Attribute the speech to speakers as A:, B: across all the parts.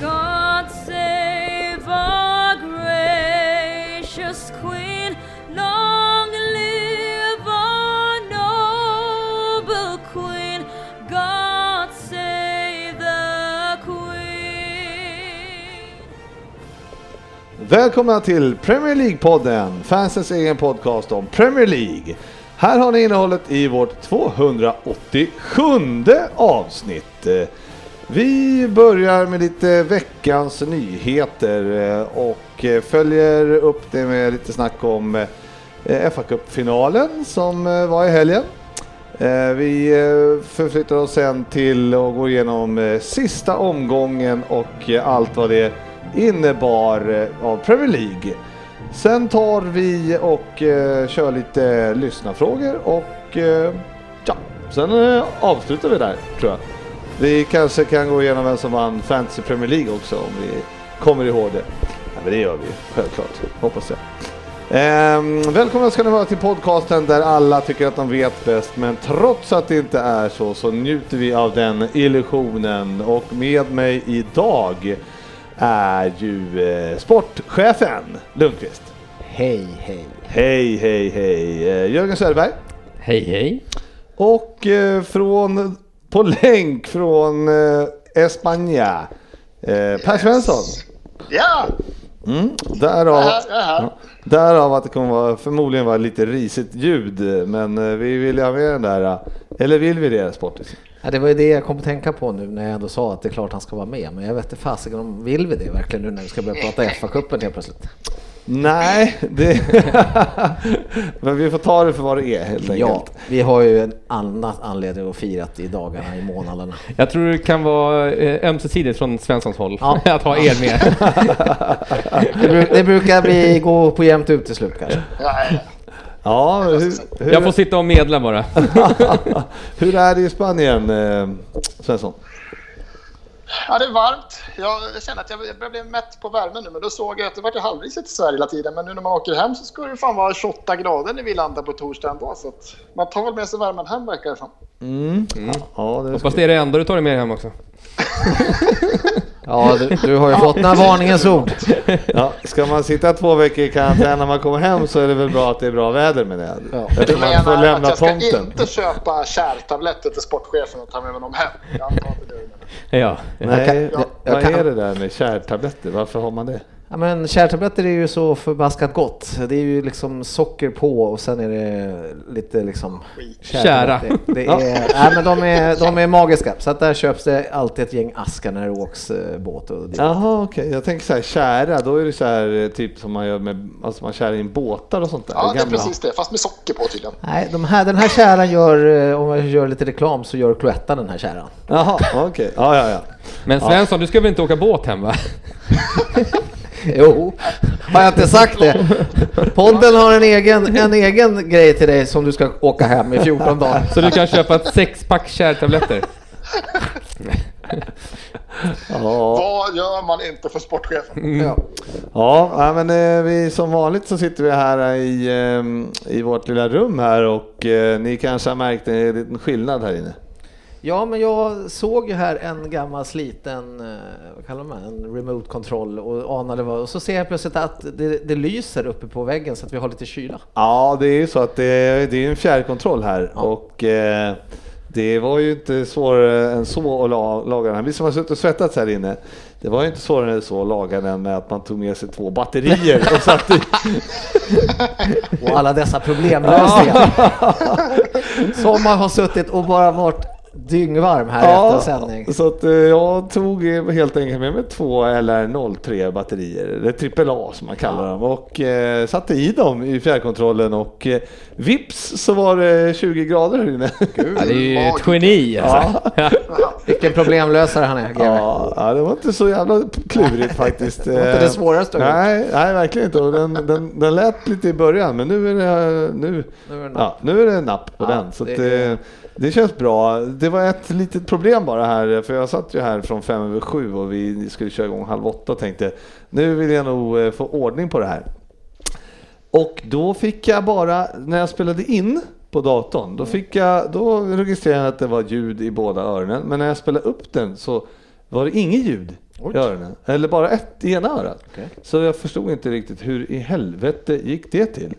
A: God save our gracious Queen. Long live our noble Queen. God save the Queen.
B: Välkomna till Premier League-podden, fansens egen podcast om Premier League. Här har ni innehållet i vårt 287 avsnitt. Eh, Vi börjar med lite veckans nyheter eh, och eh, följer upp det med lite snack om fa Cup-finalen som eh, var i helgen. Eh, Vi eh, förflyttar oss sen till och går igenom eh, sista omgången och eh, allt vad det innebar eh, av Premier League. Sen tar vi och eh, kör lite lyssnarfrågor och eh, ja, sen eh, avslutar vi där tror jag. Vi kanske kan gå igenom vem som vann Fantasy Premier League också om vi kommer ihåg det. Ja, men det gör vi självklart, hoppas jag. Ehm, välkomna ska ni vara till podcasten där alla tycker att de vet bäst men trots att det inte är så så njuter vi av den illusionen och med mig idag är ju eh, sportchefen Lundqvist.
C: Hej, hej.
B: Hej, hej, hej. Eh, Jörgen Söderberg.
C: Hej, hej.
B: Och eh, från, på länk från eh, Espanja, eh, Per Svensson.
D: Ja,
B: Mm, Därav,
D: Jag är här, jag är här.
B: Ja, därav att det kommer vara, förmodligen vara lite risigt ljud, men eh, vi vill ju ha med den där, eh, eller vill vi det Sportis?
C: Ja, det var ju det jag kom att tänka på nu när jag ändå sa att det är klart han ska vara med. Men jag vet inte fasiken om vill vi det verkligen nu när vi ska börja prata FA-cupen helt plötsligt.
B: Nej, det, men vi får ta det för vad det är helt enkelt.
C: Ja, vi har ju en annan anledning att fira i dagarna, i månaderna.
E: Jag tror det kan vara eh, ömsesidigt från Svenssons håll
C: Ja.
E: att ha er med.
C: Det, bru- det brukar vi gå på jämnt ut till slut kanske.
D: ja,
B: ja hur, hur,
E: Jag får sitta och medla bara.
B: hur är det i Spanien, eh, Svensson?
D: ja, det är varmt. Jag känner att jag jag börjar bli mätt på värmen nu, men då såg jag att det var halvrisigt i Sverige hela tiden. Men nu när man åker hem så skulle det fan vara 28 grader när vi landar på torsdag ändå. Så att man tar väl med sig värmen hem verkar det som.
B: Mm. Ja, det
E: Hoppas det är det enda du tar dig med hem också.
C: Ja, du, du har ju fått några varningens ord.
B: Ja, ska man sitta två veckor i karantän när man kommer hem så är det väl bra att det är bra väder med det. Jag
D: Du
B: tror man får
D: menar att
B: lämna
D: jag ska
B: tomten.
D: inte köpa kärtabletter till sportchefen och ta med mig dem hem? Jag antar att det är det du menar.
E: Ja.
B: Nej,
C: jag- jag
B: vad
C: kan-
B: är det där med kärltabletter? Varför har man det?
C: Ja, men kärltabletter är ju så förbaskat gott. Det är ju liksom socker på och sen är det lite liksom...
E: Kära.
C: Det, det är, nej, men de, är, de är magiska, så att där köps det alltid ett gäng askar när det åks eh, båt. Och det.
B: Jaha, okej. Jag tänker så här, kära, då är det så här eh, typ som man gör med, alltså man kär in båtar och sånt där.
D: Ja, det är
B: gamla.
D: precis det. Fast med socker på tydligen.
C: Nej, de här, den här käran gör, eh, om jag gör lite reklam, så gör Cloetta den här käran.
B: Jaha, okej. Ja, ja, ja.
E: Men Svensson, du ska väl inte åka båt hem va?
C: Jo, har jag inte sagt det? Podden har en egen, en egen grej till dig som du ska åka hem i 14 dagar.
E: Så du kan köpa ett sexpack kärtabletter.
B: Ja,
D: Vad gör man inte för sportchefen?
C: Ja.
B: ja ja, men eh, vi, som vanligt så sitter vi här eh, i, eh, i vårt lilla rum här och eh, ni kanske har märkt en liten skillnad här inne.
C: Ja, men jag såg ju här en gammal sliten, eh, vad kallar man en remote control och anade vad, och så ser jag plötsligt att det, det lyser uppe på väggen så att vi har lite kyla.
B: Ja, det är ju så att det, det är ju en fjärrkontroll här och eh, det var ju inte svårare än så att la- laga den. här. Vi som har suttit och svettats här inne, det var ju inte svårare än så att laga den med att man tog med sig två batterier och satte i.
C: Och alla dessa problemlösningar. Som man har suttit och bara varit dyngvarm här efter sändning.
B: så att eh, jag tog eh, helt enkelt med mig två LR03 batterier, eller trippel A som man kallar dem, och eh, satte i dem i fjärrkontrollen och eh, vips så var det 20 grader här inne.
E: Ja, det är ju ett geni alltså.
C: Vilken problemlösare han är, GW.
B: Ja, ja, det var inte så jävla klurigt faktiskt. Eh,
C: var inte det svåraste jag gjort.
B: Nej, nej verkligen inte. Och den, den, den lät lite i början, men nu är det... Nu,
C: Nu är det napp.
B: ja, nu är det napp på
C: Ja,
B: den. Så
C: det
B: att,
C: är-
B: eh, Det känns bra. Det var ett litet problem bara här, för jag satt ju här från fem över sju och vi skulle köra igång halv åtta och tänkte nu vill jag nog eh, få ordning på det här. Och då fick jag bara, när jag spelade in på datorn, då, fick jag, då registrerade jag att det var ljud i båda öronen. Men när jag spelade upp den så var det inget ljud i öronen. Eller bara ett i ena örat.
C: Okej.
B: Så jag förstod inte riktigt hur i helvete gick det till.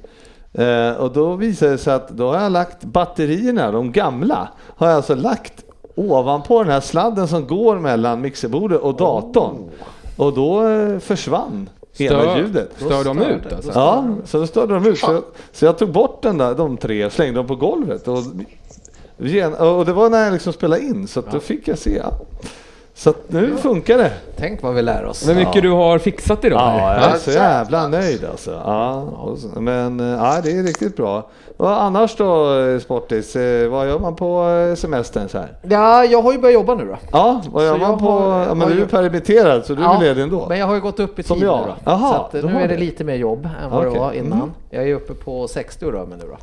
B: Eh, och då visade det sig att då har jag lagt batterierna, de gamla, har jag alltså lagt ovanpå den här sladden som går mellan mixerbordet och datorn. Och då eh, försvann hela ljudet.
E: Stör de
C: stör
E: ut
C: det.
E: alltså?
B: Ja, så då störde de ut. Så jag, så jag tog bort den där, de tre och slängde dem på golvet. Och, gen- och det var när jag liksom spelade in, så att då fick jag se. ja. Så att nu funkar det.
C: Tänk vad vi lär oss.
E: Men mycket du har fixat idag.
B: Ja,
E: här.
B: jag är så jävla nöjd alltså. Ja, och så- men eh, ja, det är riktigt bra. Och annars då, eh, Sportis, eh, vad gör man på eh, semestern så här?
C: Ja, jag har ju börjat jobba nu då.
B: Ja, vad gör
C: Så
B: man
C: jag
B: på...
C: har-
B: ja, men du är ju
C: jag-
B: permitterad, så du är
C: Ja,
B: väl ledig ändå?
C: Men jag har ju gått upp i
B: Som
C: tid
B: jag.
C: nu då.
B: Jaha,
C: så att, eh,
B: då
C: nu
B: har
C: är det
B: du.
C: lite mer jobb än vad
B: Okej.
C: det var innan.
B: Mm.
C: Jag är uppe på 60 då, men nu då.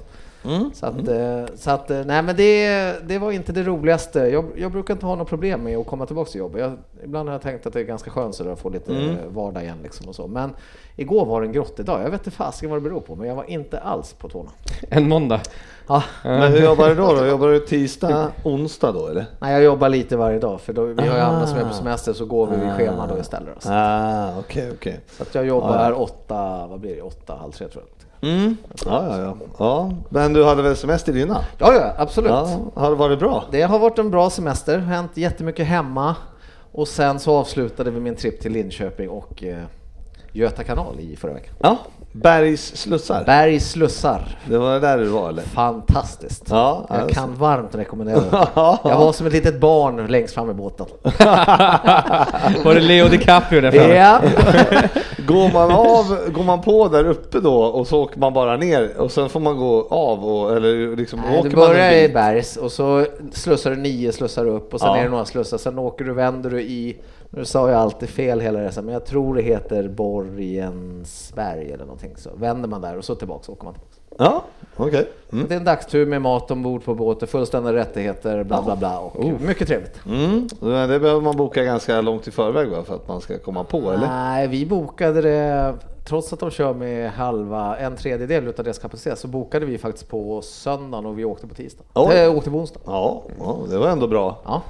C: Så att,
B: mm.
C: eh, så att eh, nej men det, det var inte det roligaste. Jag, jag brukar inte ha något problem med att komma tillbaka till jobbet. Jag, ibland har jag tänkt att det är ganska skönt så där att få lite
B: Mm.
C: eh, vardag igen liksom och så. Men igår var det en grottedag. Jag vet inte fasiken vad det beror på, men jag var inte alls på tårna.
E: En måndag.
B: Ah.
C: Ja,
B: Men hur jobbar du då? då? Jobbar du tisdag, onsdag då eller?
C: nej, jag jobbar lite varje dag för då, vi har ju
B: Ah.
C: andra som är på semester så går vi vid schema då istället. då. Så
B: Ah, okej, okej.
C: Så att jag
B: Ah.
C: jobbar åtta, vad blir det, åtta, halv tre tror jag.
B: Mm. Ja, ja, ja, ja. Men du hade väl semester innan?
C: Ja, ja, absolut.
B: Ja, har det varit bra?
C: Det har varit en bra semester, hänt jättemycket hemma och sen så avslutade vi min trip till Linköping och eh, Göta kanal i förra veckan.
B: Ja, Bergs slussar.
C: Bergs slussar,
B: Det var där du var eller?
C: fantastiskt!
B: Ja,
C: jag
B: alltså.
C: kan varmt rekommendera det. Jag var som ett litet barn längst fram i båten.
E: Var det Leo DiCaprio där framme?
C: Ja.
B: Går man, av, går man på där uppe då och så åker man bara ner och sen får man gå av och, eller liksom
C: Nej,
B: åker
C: Du
B: man
C: börjar
B: en
C: i
B: bit?
C: Bergs och så slussar du nio slussar upp och sen
B: Ja.
C: är det några slussar, sen åker du, vänder du i, nu sa jag alltid fel hela resan, men jag tror det heter Borgensberg eller någonting så. Vänder man där och så tillbaka så åker man tillbaka.
B: Ja, okej. Mm.
C: Det är en dagstur med mat ombord på båten, fullständiga rättigheter, bla bla bla
B: Oh.
C: och mycket trevligt.
B: Mm. Men Det behöver man boka ganska långt i förväg va, för att man ska komma på eller?
C: Nej, vi bokade det, trots att de kör med halva, en tredjedel utav deras kapacitet, så bokade vi faktiskt på söndagen och vi åkte på tisdag.
B: Oj.
C: Eh, åkte på onsdag.
B: Ja, ja, det var ändå bra.
C: Ja.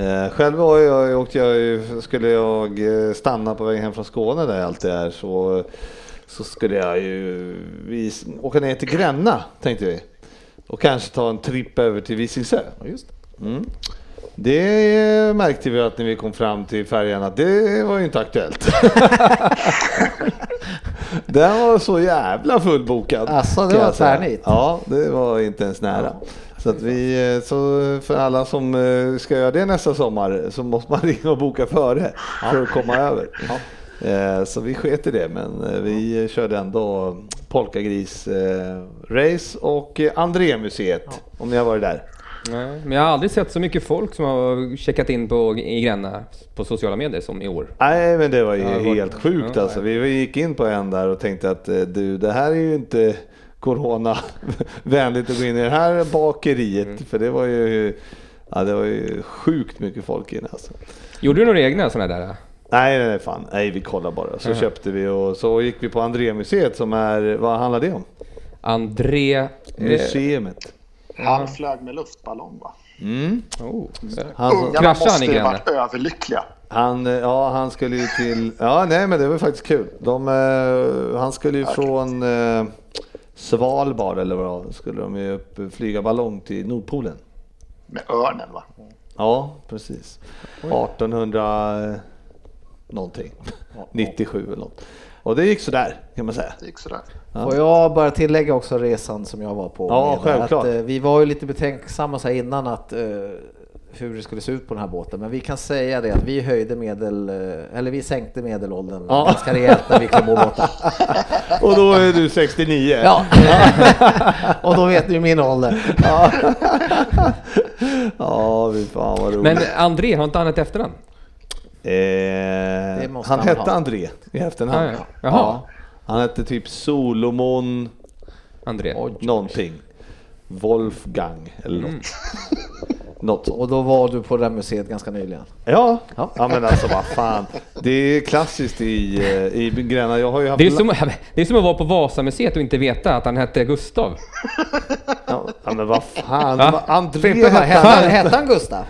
B: Eh, själv har jag, åkte jag, ju- skulle jag eh, stanna på vägen hem från Skåne där jag alltid är så, så skulle jag ju vis, åka ner till Gränna tänkte vi. Och kanske ta en tripp över till Visingsö.
C: just det.
B: Mm. Det märkte vi att när vi kom fram till färjan att det var ju inte aktuellt. Den var så jävla fullbokad.
C: Alltså, det
B: kan
C: var
B: jag säga.
C: tvärnit.
B: Ja, det var inte ens nära. Så, att vi, eh, så för alla som eh, ska göra det nästa sommar så måste man ringa och boka före för att komma över. Eh, Så vi sket i det, men eh, vi eh, körde ändå Polkagris-race och eh, Andrémuseet, om ni har varit där.
E: Nej, men jag har aldrig sett så mycket folk som har checkat in på, i Gränna på sociala medier som i år.
B: Nej, men det var ju
E: det var-
B: helt sjukt
E: ja,
B: alltså. Vi gick in på en där och tänkte att eh, du, det här är ju inte coronavänligt att gå in i det här bakeriet.
E: Mm.
B: För det var ju, ja, det var ju sjukt mycket folk inne alltså.
E: Gjorde du några egna sådana där?
B: Nej, nej, nej, fan. Nej, vi kollar bara. Så köpte vi och så gick vi på Andrémuseet som är, vad handlar det om?
E: André... eh,
B: Museumet.
D: Han flög med luftballong va?
B: Mm.
E: Oh.
B: Han,
D: Ungarna
E: kraschade han
D: måste
E: i
D: ju
E: grannen?
D: varit överlyckliga.
B: han, eh, ja, han skulle ju till, ja, nej, men det var faktiskt kul. De, eh, han skulle ju från eh, Svalbard eller vad det var, skulle de ju upp, flyga ballong till Nordpolen.
D: Med örnen va?
B: Ja, precis. 1800 eh, någonting. 97 eller något. Och det gick sådär kan man säga.
D: Det gick sådär.
B: Ja.
C: Får jag bara tillägga också resan som jag var på?
B: Ja,
C: Med,
B: självklart.
C: Att, eh, vi var ju lite betänksamma så här innan att eh, hur det skulle se ut på den här båten, men vi kan säga det att vi höjde medel, eh, eller vi sänkte medelåldern
B: Ja.
C: ganska rejält när vi klev på båten.
B: Och då är du 69.
C: Ja. Och då vet ni ju min ålder.
B: Ja, ja fy fan vad roligt.
E: Men André, har inte han ett efternamn?
B: Eh,
C: Det måste
B: han
C: han
B: hette
C: ha.
B: André i efterhand.
E: Ah, ja. Jaha.
B: Ja. Han hette typ Solomon
E: André?
B: någonting. Wolfgang eller något. något sånt.
C: Och då var du på det där museet ganska nyligen?
B: Ja.
C: Ja.
B: ja, men alltså vad fan. Det är klassiskt i, eh, i Gränna. Jag har ju haft...
E: Det är, som, det är som att vara på Vasamuseet och inte veta att han hette Gustav. Eh,
B: Ja, men vad fan.
E: Va?
B: André
C: Frippe, vad hette
B: hette
C: han- hette han Gustav?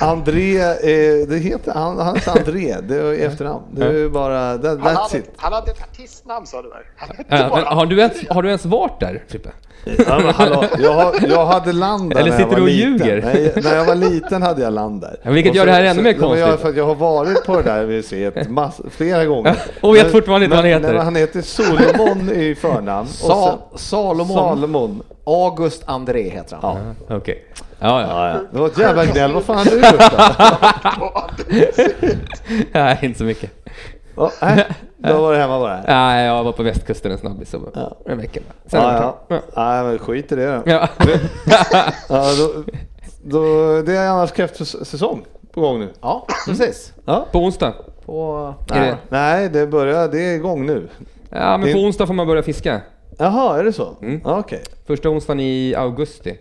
B: André, eh, det heter, han, han heter André, det är i efternamn. Det är ju bara, that,
D: Han
B: that's
D: hade,
B: it.
D: han hade ett artistnamn sa du där. Han hette
E: Ja, men
D: bara
E: har, du ens, har du ens varit där, Frippe?
B: Ja, men hallå, jag, har- jag hade land där
E: Eller
B: när jag
E: sitter
B: var
E: du och
B: liten.
E: ljuger?
B: Nej, när jag var liten hade jag land där.
E: Ja, vilket
B: Och
E: gör det här ännu mer
B: nej, men Jag,
E: konstigt.
B: för att jag har varit på det där museet mass, flera gånger.
E: och vet
B: Men-
E: fortfarande inte vad han
B: men-
E: heter.
B: Nej, men han heter Solomon i förnamn. och
C: Sa,
B: sen-
C: Salomon.
B: Salomon.
C: August André heter han.
E: Okej. Ja, ja.
B: Ja, ja. Det var ett jävla gnäll. Vad fan är du Gustav?
D: på.
E: Nej, inte så mycket.
B: Ja, nej, Då var det hemma bara. Ja,
E: Nej, jag var på västkusten en snabbis och- en vecka. Sen är det
B: ja.
E: klart.
B: Nej, men skit i det då.
E: Ja.
B: Ja, då, då, det är annars kräftsäsong på gång nu.
C: Ja, precis.
E: På onsdag.
C: På...
E: Är det?
B: Nej, det börjar, det är igång nu.
E: Ja, men
B: Det-
E: på onsdag får man börja fiska.
B: Jaha, är det så?
C: Mm.
B: Okej. Okej,
E: Första onsdagen i augusti.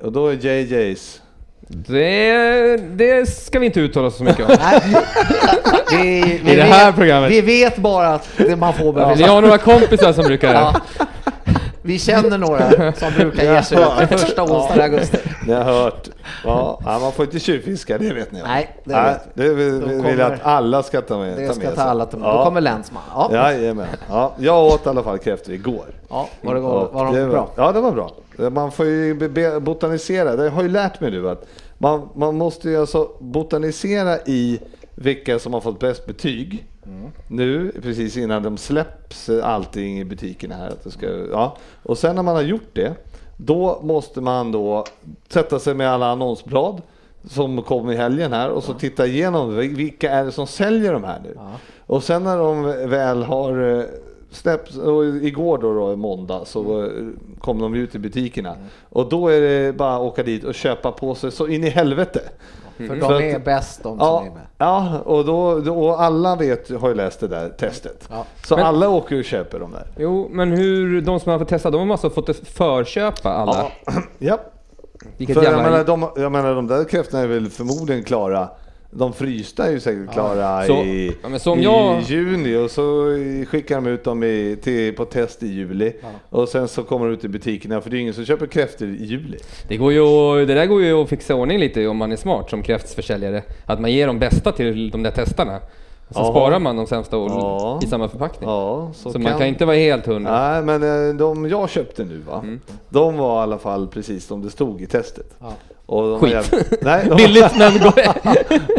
B: och då är JJ's...
E: Det, det ska vi inte uttala oss så mycket om.
C: Nej, vi, vi
E: I det här
C: vet,
E: programmet.
C: Vi vet bara att det man får börja
E: Jag har några kompisar som brukar det.
C: Vi känner några som brukar ge sig ut den första onsdagen i augusti.
B: Ni har hört. Ja, ja, man får inte tjuvfiska, det vet ni. va?
C: Nej, det
B: Nej,
C: vet vi.
B: det vill,
C: Då
B: vill
C: kommer-
B: jag att alla ska ta med.
C: Det ska
B: med
C: ta
B: sig.
C: alla till
B: Ja.
C: Då kommer länsman. Ja,
B: Jajamän. Ja, jag åt i alla fall kräftor igår.
C: ja var, det,
B: Ja,
C: var, var
B: det
C: de bra?
B: Ja, det var bra. Man får ju be- be- botanisera. Det har ju lärt mig nu att man, man måste ju alltså botanisera i vilka som har fått bäst betyg. Nu, precis innan de släpps eh, allting i butikerna här. Att det ska, ja. Och sen när man har gjort det, då måste man då sätta sig med alla annonsblad som kom i helgen här och så titta igenom vil- vilka är det som säljer de här nu. Och sen när de väl har eh, släppts, och igår då, då måndag så eh, kom de ut i butikerna och då är det bara att åka dit och köpa på sig så in i helvete.
C: För
B: För att-
C: de är bäst de som
B: Ja,
C: är med.
B: ja och, då, då, och alla vet, har ju läst det där testet.
C: Ja.
B: Så
E: Men-
B: alla åker och köper de där.
E: Jo, men hur, de som har fått testa, de har alltså fått förköpa alla.
B: Ja.
E: Vilket
B: För jag,
E: jävla-
B: menar, de, jag menar de där kräftorna är väl förmodligen klara. De frysta är ju säkert klara
E: Så-
B: i,
E: ja, men som
B: i
E: jag-
B: juni och så i- skickar de ut dem i, till, på test i juli. Och sen så kommer de ut i butikerna för det är ingen som köper kräftor i juli.
E: Det, går ju, att- det där går ju att fixa i ordning lite om man är smart som kräftsförsäljare. Att man ger de bästa till de där testarna. Och sen
B: Ja.
E: sparar man de sämsta och,
B: Ja.
E: i samma förpackning.
B: Ja, så,
E: så man kan inte vara helt hundra.
B: Nej, men eh, de jag köpte nu va,
E: Mm.
B: de var i alla fall precis som det stod i testet. Och de var
E: Skit.
B: jävligt- Nej, de var-
E: Billigt men går...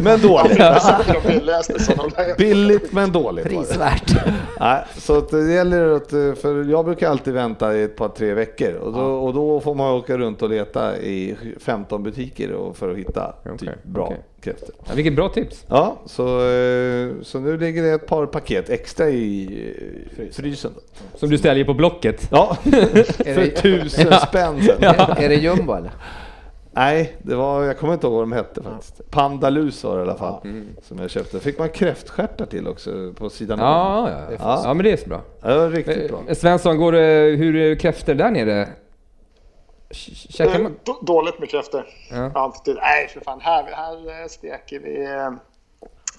B: men
D: Det
B: dåligt.
D: är säkert de billigaste som de där.
B: Billigt men dåligt. var det.
C: Prisvärt.
B: Nej, så att det gäller att, eh, för jag brukar alltid vänta i ett par tre veckor och då, och då får man åka runt och leta i 15 butiker och- för att hitta
E: Okej,
B: typ bra
E: okej.
B: kräftor.
E: ja, vilket bra tips.
B: Ja, så, eh, så nu ligger det ett par paket extra i eh, frysen. då.
E: Som du säljer på Blocket.
B: Ja,
C: det-
B: för tusen spänn sen.
C: Är det jumbo eller?
B: Nej, det var, jag kommer inte ihåg vad de hette faktiskt. Pandalus var det i alla fall
E: Mm.
B: som jag köpte. Fick man kräftstjärtar till också på sidan om.
E: Ja, ja, ja.
B: Ja.
E: ja men det är så bra.
B: Ja, det var riktigt bra.
E: Eh, Svensson, går det, hur är kräftor där nere? K- Käkar
D: Eh,
E: man?
D: då- Dåligt med kräftor.
E: Ja.
D: Alltid. Nej, för fan. Här, här eh, steker vi... eh,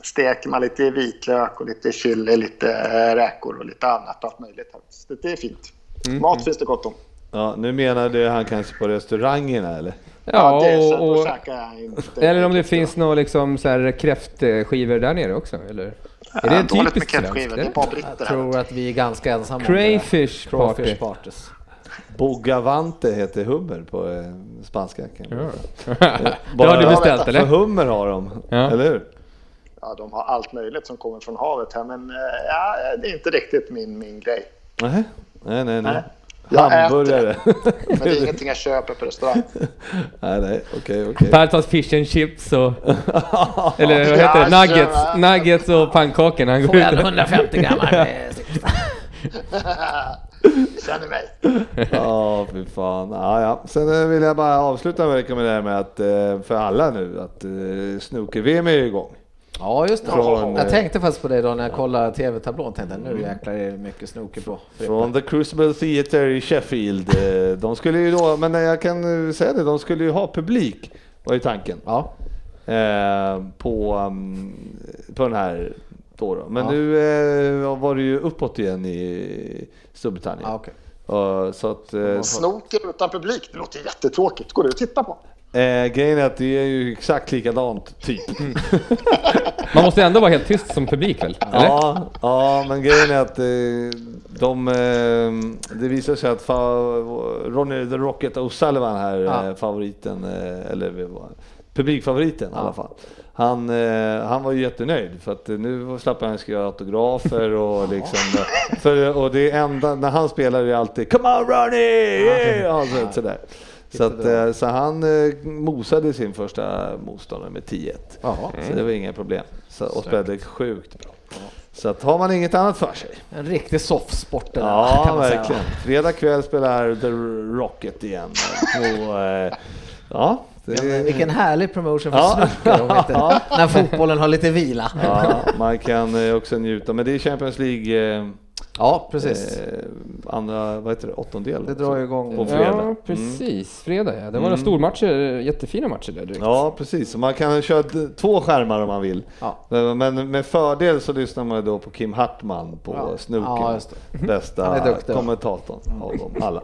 D: Steker man lite vitlök och lite chili, lite eh, räkor och lite annat. Allt möjligt. här. Så Det är fint.
E: Mm,
D: Mat finns det gott om.
B: Ja, nu menar du han kanske på restaurangerna eller?
D: Ja, det är
E: och,
D: och,
E: och,
D: käkar jag inte.
E: eller om det finns några liksom, så här, kräftskivor där nere också? Eller? Är
D: Ja,
E: det
D: dåligt med
E: typiskt
D: kräftskivor.
E: svenskt?
D: Det är
E: eller?
D: bara
C: Jag
D: britter här.
C: tror att vi är ganska ensamma om det där.
E: Crayfish party.
C: Crayfish parties.
B: Bogavante heter hummer på eh, spanska. Kan jag berätta.
E: Det har du
B: Bara-
E: beställt
B: För
E: eller?
B: hummer har de,
E: Ja.
B: eller hur?
D: Ja, de har allt möjligt som kommer från havet här, men eh, ja, det är inte riktigt min, min grej.
B: Nej, nej, nej. nej.
D: Jag
B: Hamburgare.
D: Men det är ingenting jag köper på restaurang.
B: nej, nej, okej, okej.
E: Per tar fish and chips och... eller vad heter det?
D: Ja,
E: Nuggets,
D: tjena.
E: nuggets och pannkakor när han går
C: Får jag
E: ut.
C: 150 grammar? eh,
D: Känner mig.
B: Ja, fy fan. Ja, ja. Sen eh, vill jag bara avsluta med att rekommendera med att eh, för alla nu att eh, snooker-VM är igång.
C: Ja, just det.
B: Från,
C: jag
B: eh,
C: tänkte faktiskt på det då när jag kollade tv-tablån. Tänkte jag, nu jäklar är det mycket snooker på.
B: Från The Crucible Theater i Sheffield. Eh, De skulle ju då, men jag kan eh, säga det, de skulle ju ha publik var ju tanken.
C: Ja,
B: Eh, på, um, på den här då. då. Men
C: Ja.
B: nu eh, var det ju uppåt igen i Storbritannien.
C: ja Ah, okej.
B: Eh, så att, eh,
D: Snoker utan publik, det låter jättetråkigt. Går du och tittar på?
B: eh, grejen är att det är ju exakt likadant typ.
E: Man måste ändå vara helt tyst som publik väl? Eller?
B: Ja, ja, men grejen är att eh, de, eh, det visar sig att fa- Ronny the Rocket O'Sullivan här,
C: Ja.
B: eh, favoriten, eh, eller vi var- publikfavoriten i alla fall. Han, eh, han var ju jättenöjd för att eh, nu slapp han skriva autografer och liksom, eh, för, och det enda, när han spelar är det alltid Come on Ronny! Yeah! Och så, sådär. Så, att, eh, så han eh, mosade sin första motståndare med 10-1.
C: Jaha.
B: Så det var inga problem. Så, och spelade sjukt bra. Så att har man inget annat för sig.
C: En riktig soffsport det där,
B: Ja,
C: kan man säga.
B: verkligen. Fredag kväll spelar The Rocket igen. På, eh, ja,
C: Men eh,
B: det,
C: Vilken härlig promotion för
B: Ja.
C: snooker om inte,
B: Ja.
C: när fotbollen har lite vila.
B: ja, man kan eh, också njuta. Men det är Champions League, eh,
C: Ja, precis.
B: eh, andra, vad heter det, åttondel.
C: Det drar ju igång.
B: På
E: Ja,
D: Mm.
B: fredag.
E: precis. Fredag ja. Det var några stormatcher, jättefina matcher där direkt.
B: Mm. Ja, precis. Så man kan köra d- två skärmar om man vill.
C: Ja.
B: Men men med fördel så lyssnar man ju då på Kim Hartman på
C: Ja.
B: Snooker.
C: Ja, just Han är
B: Bästa
C: duktig.
B: kommentatorn av dem alla.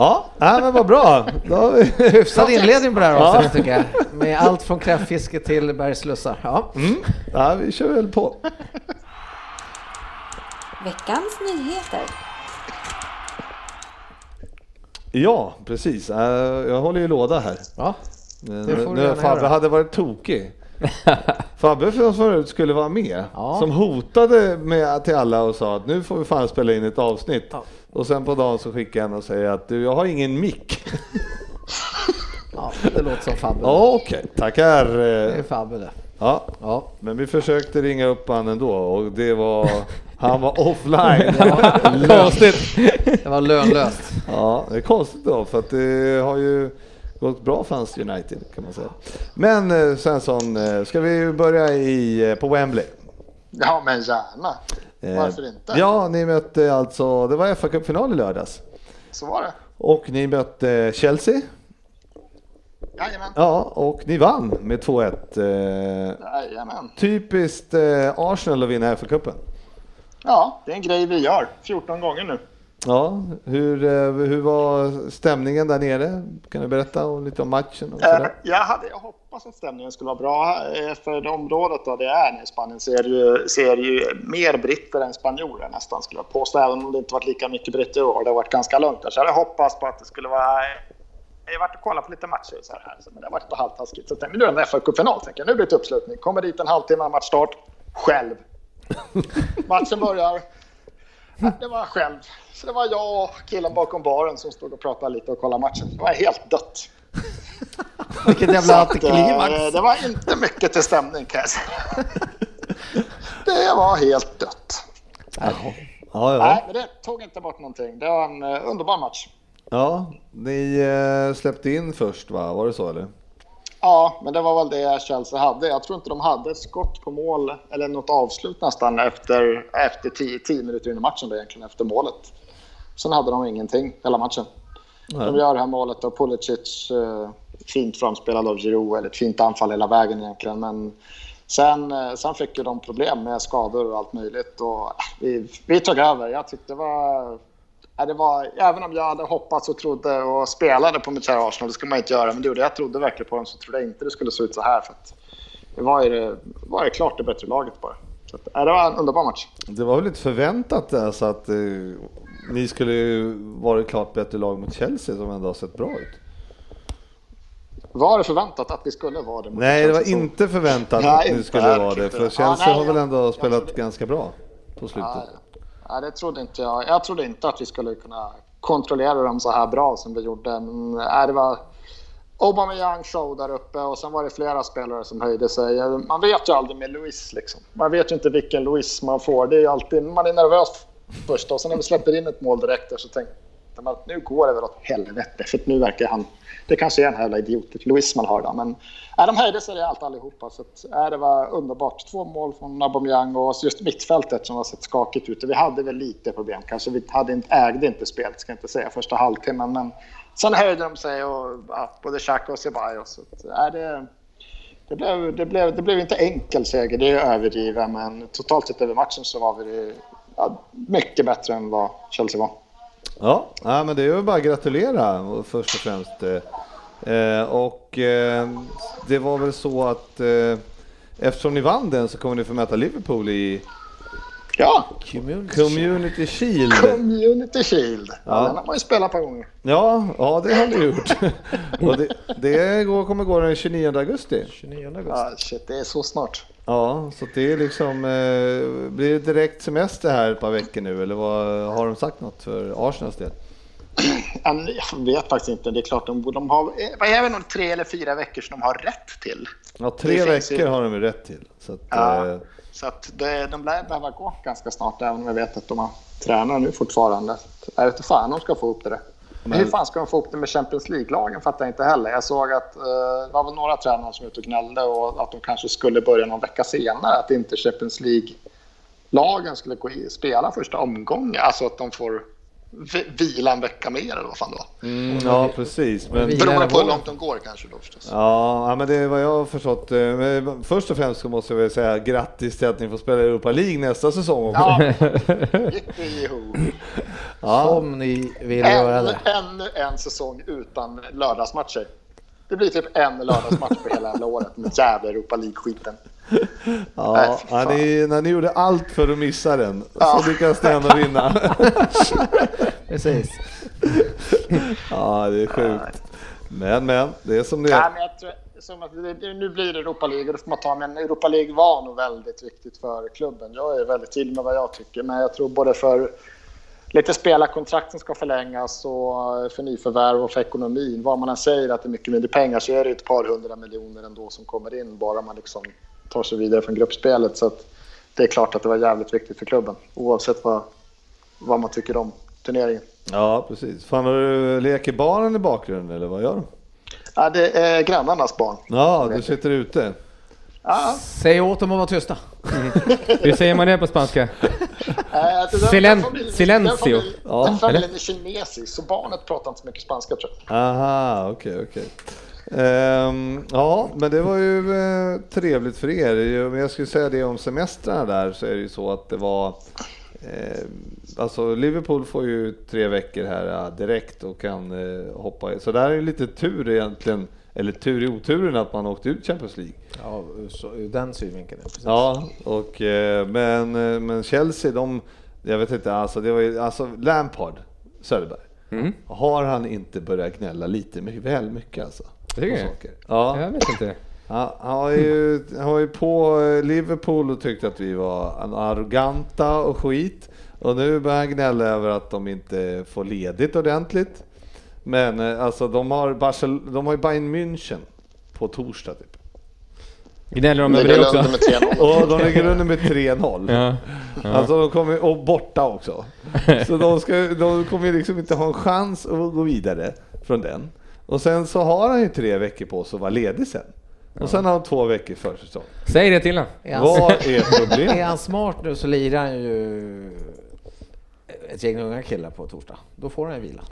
B: Ja, nej, men vad bra. Då har vi...
C: Hyfsad inledning på det här
B: Ja.
C: avsnittet tycker jag. Med allt från kräftfiske till bergslussar. Ja.
B: Ja, vi kör väl på.
F: Veckans nyheter.
B: Ja, precis. Eh, Jag håller ju låda här.
C: Ja. får du
B: Nu
C: gärna
B: när Fabbe
C: göra.
B: hade varit tokig. Fabbe från förut skulle vara med.
C: Ja.
B: Som hotade med, till alla och sa att nu får vi fan spela in ett avsnitt.
C: Ja.
B: Och sen på dagen så skickade han och säger att du, jag har ingen mick.
C: ja, det låter som Fabbe.
B: Ja, Okej, tackar.
C: Det är
B: eh.
C: Fabbe det.
B: Ja,
C: Ja.
B: men vi försökte ringa upp han ändå och det var, han var offline.
E: Konstigt!
C: Det var lönlöst.
B: Ja, det är konstigt då för att det har ju gått bra för hans United kan man säga. Men eh, Svensson, eh, ska vi börja i, eh, på Wembley?
D: Ja, men gärna.
B: Eh,
D: Varför inte?
B: Ja, ni mötte alltså, det var fa Cup-final i lördags
D: Så var det.
B: och ni mötte eh, Chelsea.
D: Jajamän.
B: Ja, och ni vann med 2-1. Eh,
D: Jajamän.
B: Typiskt eh, Arsenal att vinna fa Cupen.
D: Ja, det är en grej vi gör. 14 gånger nu.
B: Ja, hur, eh, hur var stämningen där nere? Kan du berätta om, lite om matchen? Och
D: Eh,
B: sådär?
D: Jag, hade, jag hoppas att stämningen skulle vara bra. eh, För det området där det är nu i Spanien så är det ju, så är det ju mer britter än spanjorer nästan skulle jag påstå. Även om det inte varit lika mycket britter i år. Det har varit ganska lugnt där. Så jag hade hoppats på att det skulle vara... Jag har varit och kollat på lite matcher så här, så- men det har varit lite halvtaskigt. Så jag tänkte, nu är det en FA-cupfinal, tänker jag. Nu blir det uppslutning. Kommer dit en halvtimme innan matchstart. Själv. Matchen börjar. Nej, Det var jag själv. Så det var jag och killen bakom baren som stod och pratade lite och kollade matchen. Det var helt dött.
C: Vilket jävla
D: Så att, eh,
C: antiklimax.
D: Det var inte mycket till stämning kan jag säga. Det var helt dött.
B: Ja, ja.
D: Nej, men det tog inte bort någonting. Det var en eh, underbar match.
B: Ja, ni eh, släppte in först va? Var det så eller?
D: Ja, men det var väl det Chelsea hade. Jag tror inte de hade ett skott på mål eller något avslut nästan efter 10 efter tio, tio minuter in i matchen, då, egentligen efter målet. Sen hade de ingenting hela matchen. De gör det här målet av Pulisic, eh, fint framspelad av Giroud, eller ett fint anfall hela vägen egentligen. Men sen, eh, sen fick ju de problem med skador och allt möjligt och eh, vi, vi tog över. Jag tyckte det var... Ja, det var, även om jag hade hoppats och trodde och spelade på mitt kära Arsenal, det skulle man inte göra, men det gjorde jag. Jag trodde verkligen på dem, så trodde jag inte det skulle se ut så här. För att det var ju, det var ju klart det bättre laget bara. Så att, ja, det var en underbar match.
B: Det var väl inte förväntat alltså att eh, ni skulle ju vara ett klart bättre lag mot Chelsea som ändå har sett bra ut?
D: Var det förväntat att vi skulle vara det? mot
B: Nej, det var
D: Chelsea?
B: inte förväntat
D: Nej,
B: att ni
D: inte
B: skulle vara det
D: verkligen.
B: för
D: Ja,
B: Chelsea
D: nej,
B: har väl
D: jag-
B: ändå
D: jag
B: spelat
D: trodde-
B: ganska bra på slutet.
D: Ja, det trodde inte jag. Jag trodde inte att vi skulle kunna kontrollera dem så här bra som vi gjorde. Men, nej, det var Aubameyang show där uppe och sen var det flera spelare som höjde sig. Man vet ju aldrig med Luis liksom. Man vet ju inte vilken Luis man får. Det är ju alltid, man är nervös först och sen när vi släpper in ett mål direkt där så tänkte insikten att nu går det väl åt helvete. För att nu verkar han... Det kanske är den här jävla idioten, Luis man har då. Men äh, de höjde sig rejält allihopa. Så att, äh, det var underbart. Två mål från Aubameyang och just mittfältet som har sett skakigt ut. Och vi hade väl lite problem. Kanske vi hade inte, ägde inte spelet, ska jag inte säga, första halvtimmen. Men sen höjde de sig och ja, både Xhaka och Ceballos. Så att, äh, det, det blev, det, blev, det blev inte enkel seger, det är överdrivet, men totalt sett över matchen så var vi ja, mycket bättre än vad Chelsea var.
B: Ja, ja men det är väl bara att gratulera och först och främst. eh, Eh, och eh, det var väl så att eh, eftersom ni vann den så kommer ni få möta Liverpool i
D: Ja,
B: Community Shield.
D: Community Shield. Ja. Den har man ju spelat på gånger.
B: Ja, ja det har ni gjort. och det, det går, kommer gå den 29 augusti.
C: 29 augusti.
D: Ja, shit, det är så snart.
B: Ja, så det är liksom, eh, blir det direkt semester här ett par veckor nu eller vad, har de sagt något för Arsenals del?
D: Ja, men Jag vet faktiskt inte. Det är klart, de, de har, eh, vad är det, nog tre eller fyra veckor som de har rätt till.
B: Ja, tre
D: Det finns ju-
B: veckor har de ju rätt till. Så att,
D: Ja.
B: eh,
D: Så att det, de lär behöva gå ganska snart, även om jag vet att de har tränare nu fortfarande. Jag vet inte fan om de ska få upp det. där. Men hur fan ska de få upp det med Champions League-lagen fattar jag inte heller. Jag såg att eh, det var väl några tränare som var ute och gnällde och att de kanske skulle börja någon vecka senare. Att inte Champions League-lagen skulle gå i, spela första omgången. Alltså att de får vi- vila en vecka mer eller vad fan det var.
B: mm, ja, precis. Men,
C: vi-
D: Beroende på hur
C: vår.
D: långt de går kanske då förstås.
B: ja, ja, men det är vad jag har förstått. eh, Men först och främst så måste jag väl säga grattis till att ni får spela i Europa League nästa säsong. också.
D: Ja, Jippie-ho.
C: Om ni vill göra
D: Ännu,
C: det.
D: ännu en säsong utan lördagsmatcher. Det blir typ en lördagsmatch på hela jävla året med jävla Europa League-skiten. Nej,
B: Ja,
D: fy
B: ja,
D: fan.
B: ni, när ni gjorde allt för att missa den
D: Ja.
B: så lyckades ni ändå vinna.
C: Precis.
B: ja, det är sjukt. Men, men, det är som det
D: Nej,
B: är.
D: men jag tror, som att det, det, nu blir det Europa League och det får man ta, men Europa League var nog väldigt viktigt för klubben. Jag är väldigt tydlig med vad jag tycker, men jag tror både för lite spelarkontrakt som ska förlängas och för nyförvärv och för ekonomin. Vad man än säger att det är mycket mindre pengar så är det ett par hundra miljoner ändå som kommer in bara man liksom tar sig vidare från gruppspelet. Så att det är klart att det var jävligt viktigt för klubben oavsett vad, vad man tycker om turneringen.
B: Ja, precis. Fan, har du leker barnen i bakgrunden eller vad gör de?
D: Ja, det är grannarnas barn.
B: Ja, du sitter ute.
D: Ja,
C: Säg åt dem att vara tysta.
E: Hur säger man det på spanska?
D: Eh, det- den-
E: Silen-
D: den familjen-
E: silencio.
D: Den familjen,
B: Ja,
D: den familjen är kinesisk, så barnet pratar inte så mycket spanska tror jag.
B: Aha, okej, okej. Ehm, ja, men det var ju eh, trevligt för er. Ju- Men jag skulle säga det om semestrarna där så är det ju så att det var eh, Alltså Liverpool får ju tre veckor här ja, direkt och kan eh, hoppa i. Så där är ju lite tur egentligen, eller tur i oturen att man åkte ut Champions League.
C: Ja, så, ur den synvinkeln. ja, precis.
B: Ja, och, eh, men, eh, men Chelsea, de, jag vet inte, alltså, det var ju, alltså Lampard, Söderberg.
E: Mm.
B: Har han inte börjat gnälla lite mycket, väl mycket alltså?
E: Det
B: på
E: tycker jag.
B: saker? Ja,
E: Jag vet inte.
B: han, han, var ju, han var ju på eh, Liverpool och tyckte att vi var arroganta och skit. Och nu börjar han gnälla över att de inte får ledigt ordentligt. Men eh, alltså de har, Barcel- de har ju Bayern München på torsdag typ.
E: Gnäller de
D: Det
E: över
D: är
E: det
D: lugnt
E: också?
D: med 3-0.
B: Och de ligger under med 3-0.
E: Ja.
B: Alltså de kommer, och borta också. Så de, ska, de kommer ju liksom inte ha en chans att gå vidare från den. Och sen så har han ju tre veckor på sig att vara ledig sen. Och sen har han två veckor försäsong.
E: Säg det till honom.
C: Är han,
B: Vad
C: smart,
B: är
C: är
B: problemet?
C: han smart nu så lirar han ju ett gäng unga killar på torsdag. Då får han ju vila.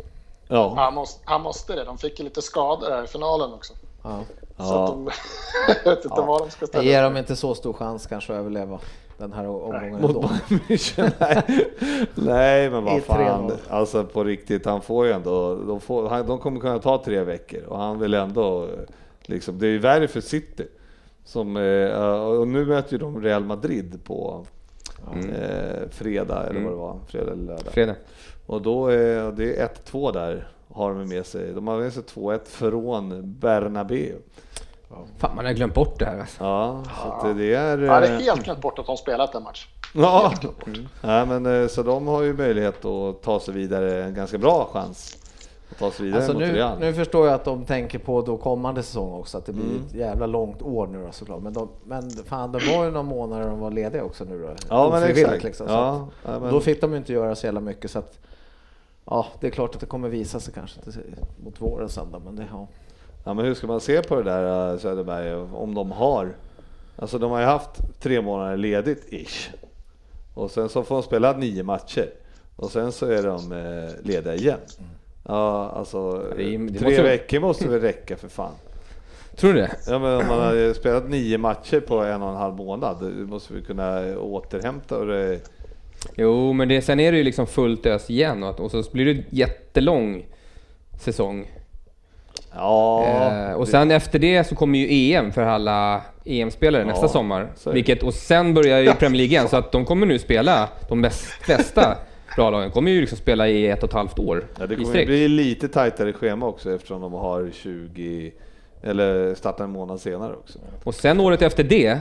B: Ja.
D: Han måste, han måste det. De fick ju lite skador här i finalen också.
C: Ja.
D: Så att de, jag vet inte vad de ska
C: Jag
D: ställa
C: ger dem inte så stor chans kanske att överleva den här omgången
B: Mot
C: ändå.
B: Bayern München? Nej. Nej, men
C: I
B: vad fan.
C: 3-0.
B: Alltså på riktigt, han får ju ändå... De, får, han, de kommer kunna ta tre veckor och han vill ändå... eh, Liksom, det är ju värre för City. Som, eh, och nu möter ju de Real Madrid på eh, fredag, eller vad det var. Fredag eller lördag.
E: Fredag.
B: Och då är det är 1-2 där har de med sig. De har med sig 2-1 från Bernabeu.
E: Fan, man har glömt bort det här alltså.
B: Ja, så att det är...
D: Ja, det är
B: eh,
D: helt glömt bort att de spelat en match.
B: Ja. Nej, men, eh, så de har ju möjlighet att ta sig vidare, en ganska bra chans att ta sig vidare
C: Alltså
B: mot
C: nu,
B: Real.
C: nu förstår jag att de tänker på då kommande säsong också, att det blir
B: Mm.
C: ett jävla långt år nu då såklart. Men, de, men fan, det var ju några månader de var lediga också nu då.
B: Ja, men
C: Ofrivilligt
B: exakt.
C: Liksom,
B: Ja,
C: så att,
B: ja, men-
C: Då fick de ju inte göra så jävla mycket så att Ja, det är klart att det kommer visa sig kanske inte mot våren sen då, men det, ja.
B: Ja, men hur ska man se på det där eh, Söderberg om de har? Alltså de har ju haft tre månader ledigt ish. Och sen så får de spela nio matcher och sen så är de eh, lediga igen. Ja, alltså
E: det är- det
B: tre
E: måste-
B: veckor måste väl räcka för fan.
E: Tror du det?
B: Ja, men om man har spelat nio matcher på en och en halv månad, då måste vi kunna återhämta och det,
E: Jo, men det, sen är det ju liksom fullt ös igen och, att, och så blir det jättelång säsong.
B: ja,
E: Eh, och sen efter det så kommer ju EM för alla EM-spelare nästa sommar.
B: så är det.
E: Vilket, och sen börjar ju Premier League igen, så att de kommer nu spela, de bäst- bästa bra lagen kommer ju liksom spela i ett och ett halvt år
B: Ja, det
E: i
B: kommer ju
E: sträck.
B: bli lite tajtare schema också eftersom de har 20, eller startar en månad senare också.
E: Och sen året efter det,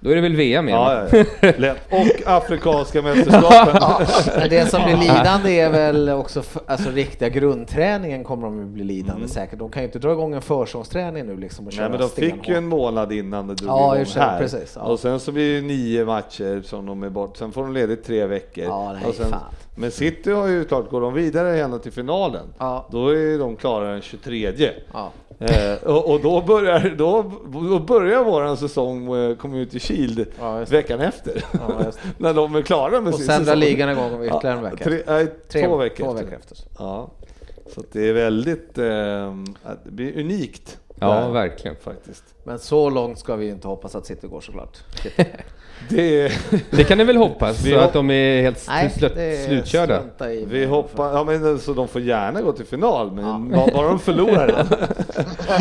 E: då är det väl VM igen?
B: Ja, ja, ja. Lätt. Och afrikanska mästerskapen.
C: Men det som blir lidande är väl också, f- alltså riktiga grundträningen kommer de ju bli lidande säkert. De kan ju inte dra igång en försångsträning nu liksom och köra
B: Mm. Nej, men de fick ju
C: stenhårt.
B: en månad innan det drog
C: Ja, i och
B: igång
C: för sig,
B: här.
C: precis, ja.
B: Och sen så blir det nio matcher som de är bort. Sen får de ledigt tre veckor.
C: Ja, nej,
B: och sen,
C: fan.
B: Men City har ju klart, går de vidare ända till finalen,
C: Ja.
B: då är de klara den 23.
C: Ja.
B: Eh, och, och då börjar, då, då börjar våran säsong eh, Community Shield
C: Ja, just det.
B: veckan efter.
C: Ja, just det.
B: När de är klara med
C: Och
B: sin
C: sen drar
B: säsong.
C: ligan igång om ytterligare en
B: Ja,
C: vecka.
B: Tre, nej,
C: Tre-
B: två veckor
C: två
B: efter.
C: veckor efter.
B: Ja. Så att det är väldigt, eh, det blir unikt.
E: Ja,
B: där,
E: verkligen.
B: Faktiskt.
C: Men så långt ska vi ju inte hoppas att City går såklart.
B: Det är,
E: Det kan ni väl hoppas,
B: Vi
E: så
B: hop-
E: att de är helt
C: Nej,
E: slut,
C: det är
E: slutkörda.
C: strunta i.
B: vi hoppar, ja men så de får gärna gå till final, men bara, bara de förlorar den.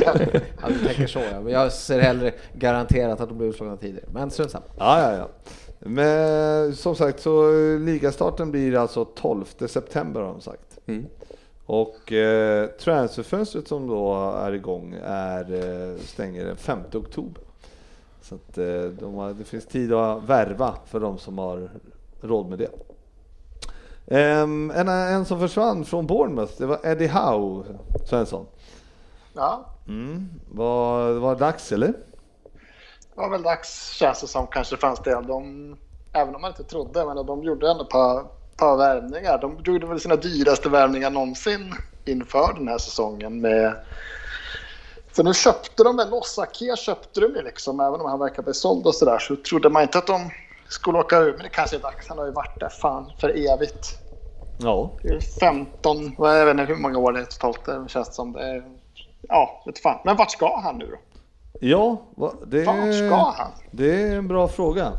C: Ja, du tänker så ja. Men jag ser hellre garanterat att de blir utslagna tidigare. Men strunt samma.
B: Ja, ja, ja. Men som sagt så eh, ligastarten blir alltså 12 september har de sagt. Och eh, transferfönstret som då är igång är, eh, stänger den 5 oktober. Så att, eh, de har, det finns tid att värva för de som har råd med det. Ehm, en, en som försvann från Bournemouth, det var Eddie Howe, Svensson.
D: Ja,
B: Mm. Var, var det dags eller?
D: det var väl dags känns det som kanske fanns det. De, även om man inte trodde, men de gjorde ändå ett par, par värvningar. De gjorde väl sina dyraste värvningar någonsin inför den här säsongen med för nu köpte de väl loss, Akea köpte de ju liksom, även om han verkar bli såld och sådär så trodde man inte att de skulle åka ur, men det kanske är dags. Han har ju varit där fan för evigt.
B: Ja,
D: Det är 15, vad- jag vet inte hur många år det är totalt, det känns som. Det är, ja, vet fan. Men vart ska han nu då?
B: Ja, va, det,
D: Vart ska han?
B: det är en bra fråga.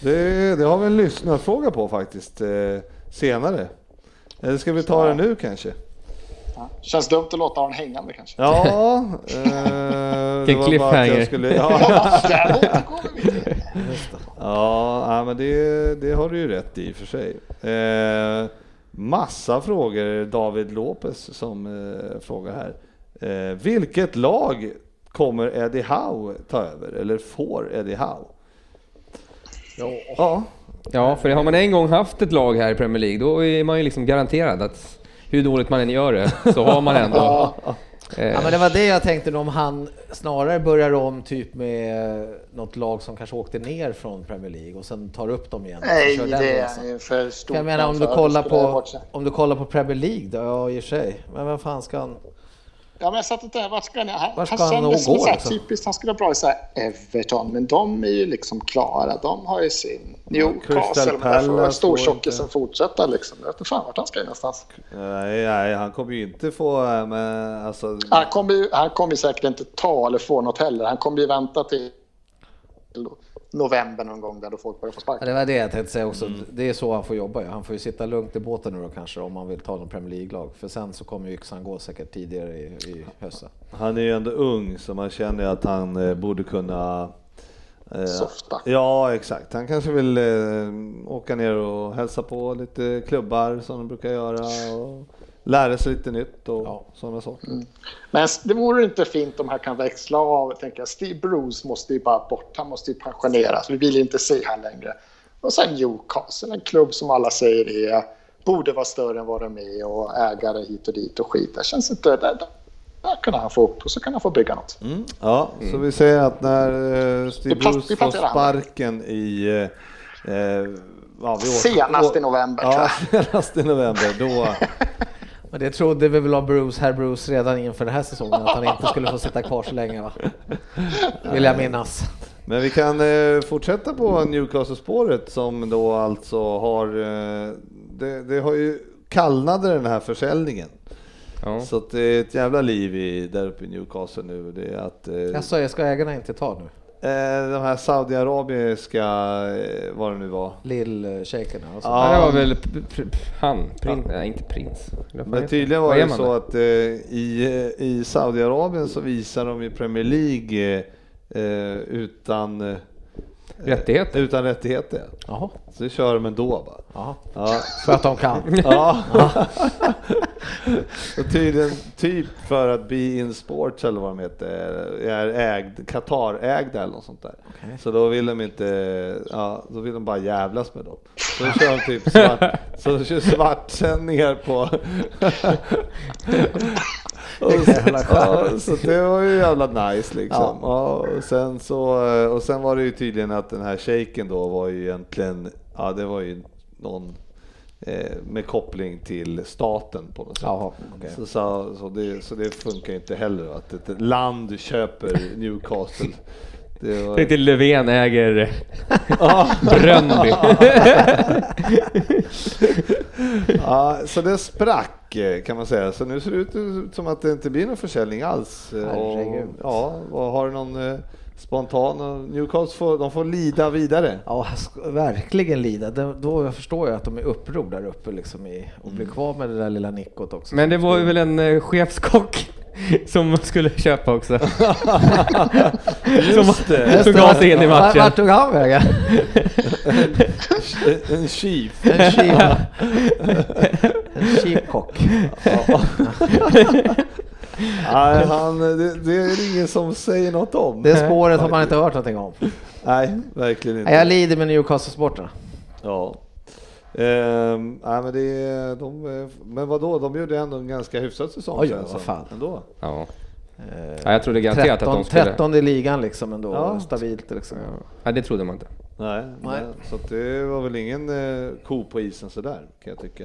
B: Det, det har vi en lyssnarfråga på faktiskt eh, senare. Eller ska vi ta den nu kanske?
D: Ja. Känns dumt att låta honom hängande kanske.
B: Ja, eh, det
E: Vilken
B: var bara att
E: cliffhanger.
B: jag skulle, ja,
D: Där återkommer vi till.
B: ja, ja, men det, det har du ju rätt i för sig. Eh, massa frågor, David Lopez som eh, frågar här. Eh, vilket lag kommer Eddie Howe ta över? Eller får Eddie Howe? Ja,
E: Ja, för har man en gång haft ett lag här i Premier League, då är man ju liksom garanterad att hur dåligt man än gör det, så har man ändå... Eh,
C: Ja, men det var det jag tänkte om han snarare börjar om typ med något lag som kanske åkte ner från Premier League och sen tar upp dem igen. och
D: Nej,
C: kör den
D: det
C: resan.
D: är för stort.
C: Jag menar om du,
D: för-
C: kollar
D: skulle jag
C: på,
D: bort sig.
C: om du kollar på Premier League då, ja i och för sig. Men vem fan ska han...
D: Ja, men jag satt inte där. Vart ska han? Han,
C: Vart ska
D: han
C: han
D: kändes
C: gå,
D: som så här,
C: liksom?
D: typiskt. Han skulle vara bra i så här Everton, men de är ju liksom klara. De har ju sin Newcastle.
B: Crystal
D: Men där får väl
B: Palace
D: stortjockisen
B: får
D: fortsätta liksom. Jag vet inte fan vart han ska någonstans.
B: Nej, nej, han kommer ju inte få... eh, Men, alltså,
D: Han kommer ju, han kommer ju säkert inte ta eller få något heller. Han kommer ju vänta till november någon gång där då folk börjar få
C: Ja,
D: sparken.
C: det var det jag tänkte säga också.
E: Mm.
C: Det är så han får jobba. Ja. Han får ju sitta lugnt i båten nu då kanske om han vill ta någon Premier League-lag. För sen så kommer ju yxan gå säkert tidigare i, i höst.
B: han är ju ändå ung så man känner ju att han eh, borde kunna... Eh,
D: Softa.
B: Ja, exakt. Han kanske vill eh, åka ner och hälsa på lite klubbar som de brukar göra och lära sig lite nytt och
C: Ja.
B: sådana saker.
D: Mm. Men det vore inte fint om han kan växla av. Tänker jag. Steve Bruce måste ju bara bort. Han måste ju pensioneras. Vi vill ju inte se han längre. Och sen Newcastle, en klubb som alla säger är, borde vara större än vad de är och ägare hit och dit och skit. Det känns inte... Där, där, där kunde han få upp och så kan han få bygga något.
B: Mm. Ja, så vi säger att när eh, Steve
D: Vi plat-
B: Bruce får
D: vi placerar han.
B: sparken i... Eh, eh, ja, vi åter-
D: Senast i
B: å-
D: november,
B: Ja,
D: tror
B: senast i november. Då,
C: Men det trodde vi väl av Bruce, herr Bruce, redan inför den här säsongen att han inte skulle få sitta kvar så länge va? Vill jag minnas.
B: Men vi kan eh, fortsätta på Newcastle-spåret som då alltså har, eh, det, det har ju kallnade den här försäljningen.
E: Ja.
B: Så att det är ett jävla liv i, där uppe i Newcastle nu. Det är att, eh,
C: Jaså, jag ska ägarna inte ta nu?
B: eh, de här saudiarabiska, eh, vad det nu var.
C: Lill-shakerna? och eh, så.
B: Ja.
E: Det var väl pr- pr- han, prins, nej inte prins.
B: Men tydligen var
E: Vad är
B: det
E: man
B: så
E: då?
B: att eh, i, eh, i Saudiarabien så visar de ju Premier League eh, eh, utan, eh,
E: Rättigheter.
B: utan rättigheter.
C: Jaha.
B: Så det kör de ändå va?
C: Jaha.
B: Ja.
C: För att de kan.
B: Ja. och tydligen typ för att Be In Sports eller vad de heter är ägd, Qatar-ägda eller något sånt där. Så då vill de inte, ja, då vill de bara jävlas med dem. Så då kör de typ svart, så de kör svartsändningar på... och så, ja, så det var ju jävla nice liksom. Ja. och, sen så, eh, och sen var det ju tydligen att den här shaken då var ju egentligen, ja det var ju någon eh, med koppling till staten på något sätt.
C: Jaha, okej.
B: så, så, så, det, så det funkar inte heller att ett ett land köper Newcastle. Det var,
E: Tänk till Löfven äger Bröndby.
B: ja, så det sprack eh, kan man säga. Så nu ser det ut som att det inte blir någon försäljning alls. Eh,
C: Herregud.
B: ja, och har du någon eh, spontan, eh, Newcastle får, de får lida vidare.
C: Ja, sk- verkligen lida. Det- Då förstår jag att de är uppror där uppe liksom i, och blir kvar med det där lilla nickot också.
E: Mm. Men det var ju väl en eh, chefskock som skulle köpa också.
B: Just det.
E: Som gav sig in i
C: Vart-
E: matchen.
C: Vart tog han vägen?
B: Eh, En chief.
C: En chip. En chipkock.
B: Nej, han, eh, det, det är ingen som säger något om.
C: Det spåret har man inte hört någonting om.
B: Nej, verkligen inte.
C: Nej, Jag lider med Newcastle-sporterna.
B: Ja. Ehm, nej, men, det, är- de, eh, men vadå, de gjorde ändå en ganska hyfsad säsong.
C: Oj,
B: känns
C: vad
B: som.
C: fan.
B: Ändå.
E: Ja. ja, jag trodde garanterat att de skulle...
C: 13 i ligan liksom ändå,
B: Ja.
C: stabilt liksom.
E: Ja, det trodde man inte.
B: Nej,
C: Nej.
B: men- så att det var väl ingen eh, ko på isen sådär kan jag tycka.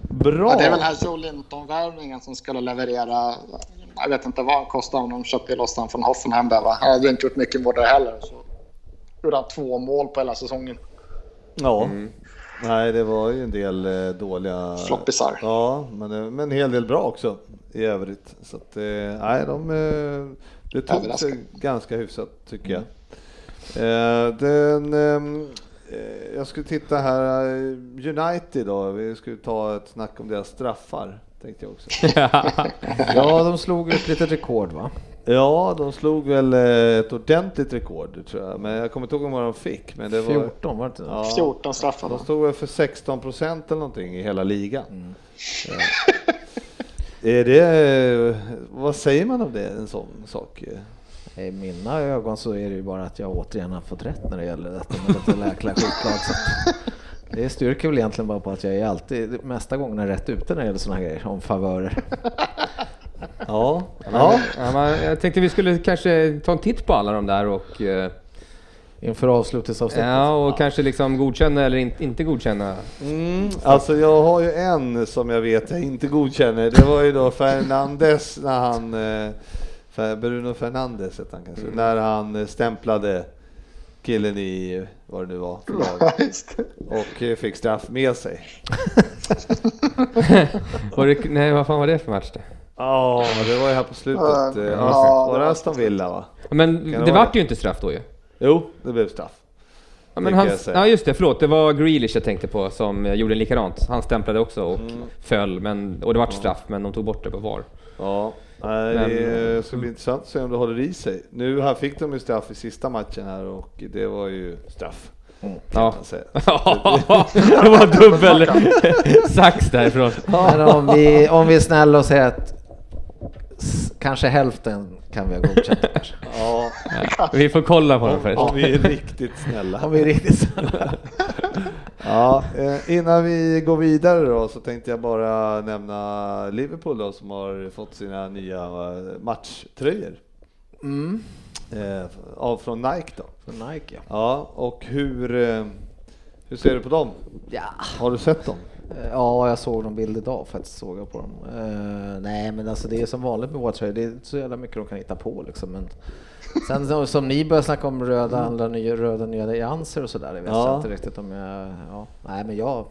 B: Bra!
D: Ja, det är väl den här Joe Linton-värvningen som skulle leverera. Jag vet inte vad han kostade om de köpte loss honom från Hoffenheim. Där, va? Han hade inte gjort mycket mål där heller. Så gjorde han två mål på hela säsongen.
B: Ja. Nej, det var ju en del eh, dåliga...
D: Floppisar.
B: Ja, men, eh, men en hel del bra också i övrigt. Så att, eh, nej, de, eh, det tog sig
D: Överraskande.
B: ganska hyfsat tycker jag. Eh, Den, ehm, eh, jag skulle titta här, eh, United då, vi skulle ta ett snack om deras straffar. Tänkte jag också.
C: Ja, de slog ett litet rekord va?
B: Ja, de slog väl eh, ett ordentligt rekord tror jag, men jag kommer inte ihåg vad de fick. Men det var,
C: 14 var det inte?
B: Ja.
D: 14 straffar.
B: De
D: va?
B: stod väl för 16 procent eller någonting i hela ligan. Eh, Är det, vad säger man om det, en sån sak?
C: I mina ögon så är det ju bara att jag återigen har fått rätt när det gäller detta med detta jäkla skitlag. så att Det styrker väl egentligen bara på att jag är alltid, mesta gångerna rätt ute när det gäller sådana här grejer, om favörer.
B: Ja, ja.
E: Ja, men jag tänkte vi skulle kanske ta en titt på alla de där och, eh,
C: Inför avslutningsavsnittet.
E: ja, och kanske liksom godkänna eller in, inte godkänna.
B: Mm, alltså jag har ju en som jag vet jag inte godkänner. Det var ju då Fernandes när han, eh, Fer- Bruno Fernandes hette han kanske,
E: Mm.
B: när han eh, stämplade killen i, vad det nu var, för lag,
D: Just det.
B: och eh, fick straff med sig.
E: Var det, nej, vad fan var det för match det? Ah.
B: Ja, det var ju här på slutet. eh,
D: Ja,
B: var det Aston Villa va?
E: Men
B: det
E: det
B: vara
E: vart ju inte straff då ju.
B: Jo, det blev straff.
E: Ja,
B: Det
E: men
B: kan
E: han,
B: jag säga.
E: ja just det, förlåt. Det var Grealish jag tänkte på som eh, gjorde likadant. Han stämplade också och
B: Mm.
E: föll, men, och det vart straff, men de tog bort det på VAR.
B: Ja, nej, det ska bli intressant att se om det håller i sig. Nu här fick de ju straff i sista matchen här och det var ju straff.
C: Mm.
E: Ja.
B: man säga.
E: det var dubbel sax därifrån.
C: Men om vi, om vi är snälla och säger att s- kanske hälften kan vi ha godkänt. kanske.
B: Ja,
E: Vi får kolla på den
B: om,
E: först.
B: om vi är riktigt
C: Om
B: snälla.
C: vi är riktigt snälla.
B: Ja, eh, innan vi går vidare då så tänkte jag bara nämna Liverpool då som har fått sina nya eh, matchtröjor. Eh, av från Nike då.
C: Mm. Nike ja.
B: Ja, och hur, eh, hur ser du på dem?
C: ja.
B: Har du sett dem?
C: Eh, Ja, jag såg någon bild idag faktiskt, såg jag på dem. Eh, nej, men alltså det är som vanligt med Watcher, det är inte så jävla mycket de kan hitta på liksom. Men sen så- som ni börjar snacka om röda, andra nya, röda nya allianser och sådär, det vet
B: Ja.
C: jag inte riktigt om jag, ja, nej men jag,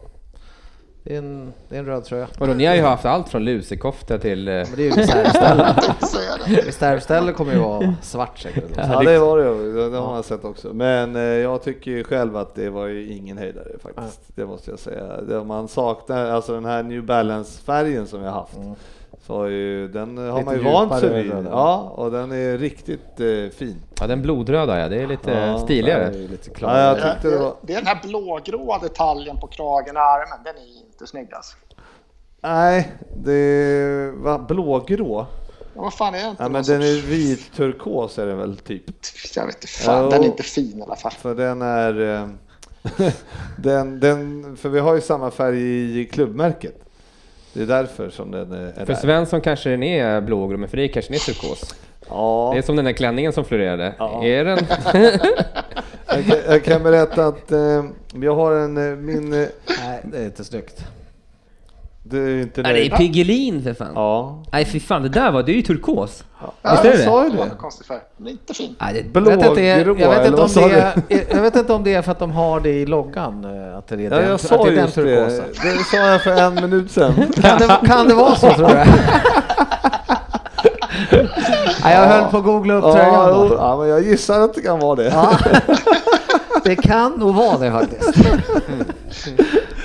C: det är en, det är en röd tröja.
E: Vadå, ni har ju haft allt från lusekofta till... eh,
C: Men det är ju reservställe.
D: Så är det.
C: reservställe kommer ju vara svart säkert. eller något.
B: Ja det var det, det, det har man sett också. Men eh, jag tycker ju själv att det var ju ingen höjdare faktiskt. Det måste jag säga. Det, man saknar, alltså den här New Balance-färgen som jag haft. Så har ju, den har
C: Lite
B: man ju vant sig
C: djupare
B: vid.
C: röd, eller?
B: Ja, och den är riktigt eh, fin.
E: Ja, den blodröda ja, det är lite
B: Ja,
E: stiligare.
C: Det är ju lite klart.
B: Ja, jag tyckte det var...
D: Det, det är den här blågråa detaljen på kragen och armen. Den är inte snygg alltså.
B: Nej, det var blågrå.
D: Ja, vad fan är det? inte?
B: Ja, men
D: Någon
B: den
D: sorts-
B: är vit turkos är den väl typ.
D: Jag vet inte fan,
B: Ja,
D: den är
B: och-
D: inte fin i alla fall.
B: För den är... eh, den, den, för vi har ju samma färg i klubbmärket. Det är därför som den är är
E: För
B: där.
E: Svensson kanske den är blågrå, men för dig kanske den är turkos.
B: Ja,
E: Det är som den där klänningen som florerade.
B: Ja.
E: Är den...
B: jag, kan- jag kan berätta att eh, jag har en... eh, Min... eh,
C: Nej, det är inte snyggt.
B: Du är inte
G: Ja, det är
B: nöjd?
G: Piggelin för fan.
B: Ja,
G: Nej fy fan, det där var, det är ju turkos.
D: Ja,
G: Visst är
B: jag
G: det?
B: sa ju
D: Det var
B: det.
D: en konstig färg. Den är inte fin.
G: Nej, det,
B: Blågrå,
C: jag, vet inte, jag, jag, vet
B: eller
C: inte
B: vad
C: om
B: sa
C: det
B: du?
C: är, jag vet inte om det är för att de har det i loggan, eh, att det är
B: Ja,
C: den,
B: jag
C: att det är
B: sa
C: den
B: just det.
C: turkosa.
B: Det sa jag för en minut sedan.
C: Kan det, kan det vara så tror jag? Nej, jag höll på att googla upp
B: Ja,
C: tröjan.
B: jo,
C: då.
B: ja, men jag gissar att det kan vara det.
C: Ja. Det kan nog vara det faktiskt.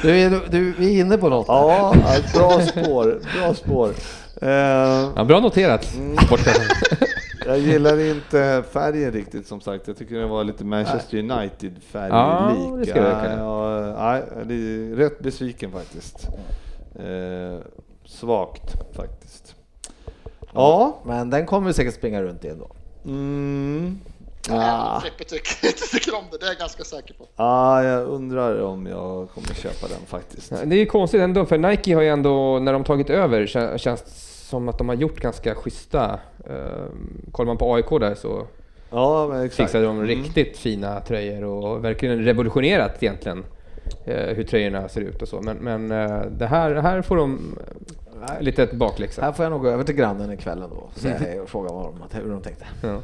C: Du, är- du, vi är inne på något.
B: Ja, ja, bra spår. Bra spår. Eh,
E: Ja, bra noterat,
B: Mm.
E: sportchefen.
B: jag gillar inte färgen riktigt som sagt. Jag tycker den var lite Manchester United-färg
E: Ja,
B: lik.
E: det skulle jag
B: Ja,
E: kunna.
B: ja, nej, jag är rätt besviken faktiskt. Eh, svagt faktiskt. Ja.
C: Men den kommer vi säkert springa runt i ändå.
B: Mm.
D: Ja. Frippe tycker inte tycker om det, det är jag ganska säker på.
B: Ah, jag undrar om jag kommer köpa den faktiskt.
E: Det är ju konstigt ändå, för Nike har ju ändå, när de tagit över, kä- känns det som att de har gjort ganska schyssta... Eh, kollar man på AIK där så
B: Ja, men exakt.
E: fixade de riktigt fina tröjor och verkligen revolutionerat egentligen eh, hur tröjorna ser ut och så. Men, men eh, det här, här får de eh, lite ett bakläxa.
C: Här får jag nog gå över till grannen ikväll ändå och säga hej och fråga vad de, hur de tänkte.
E: Ja.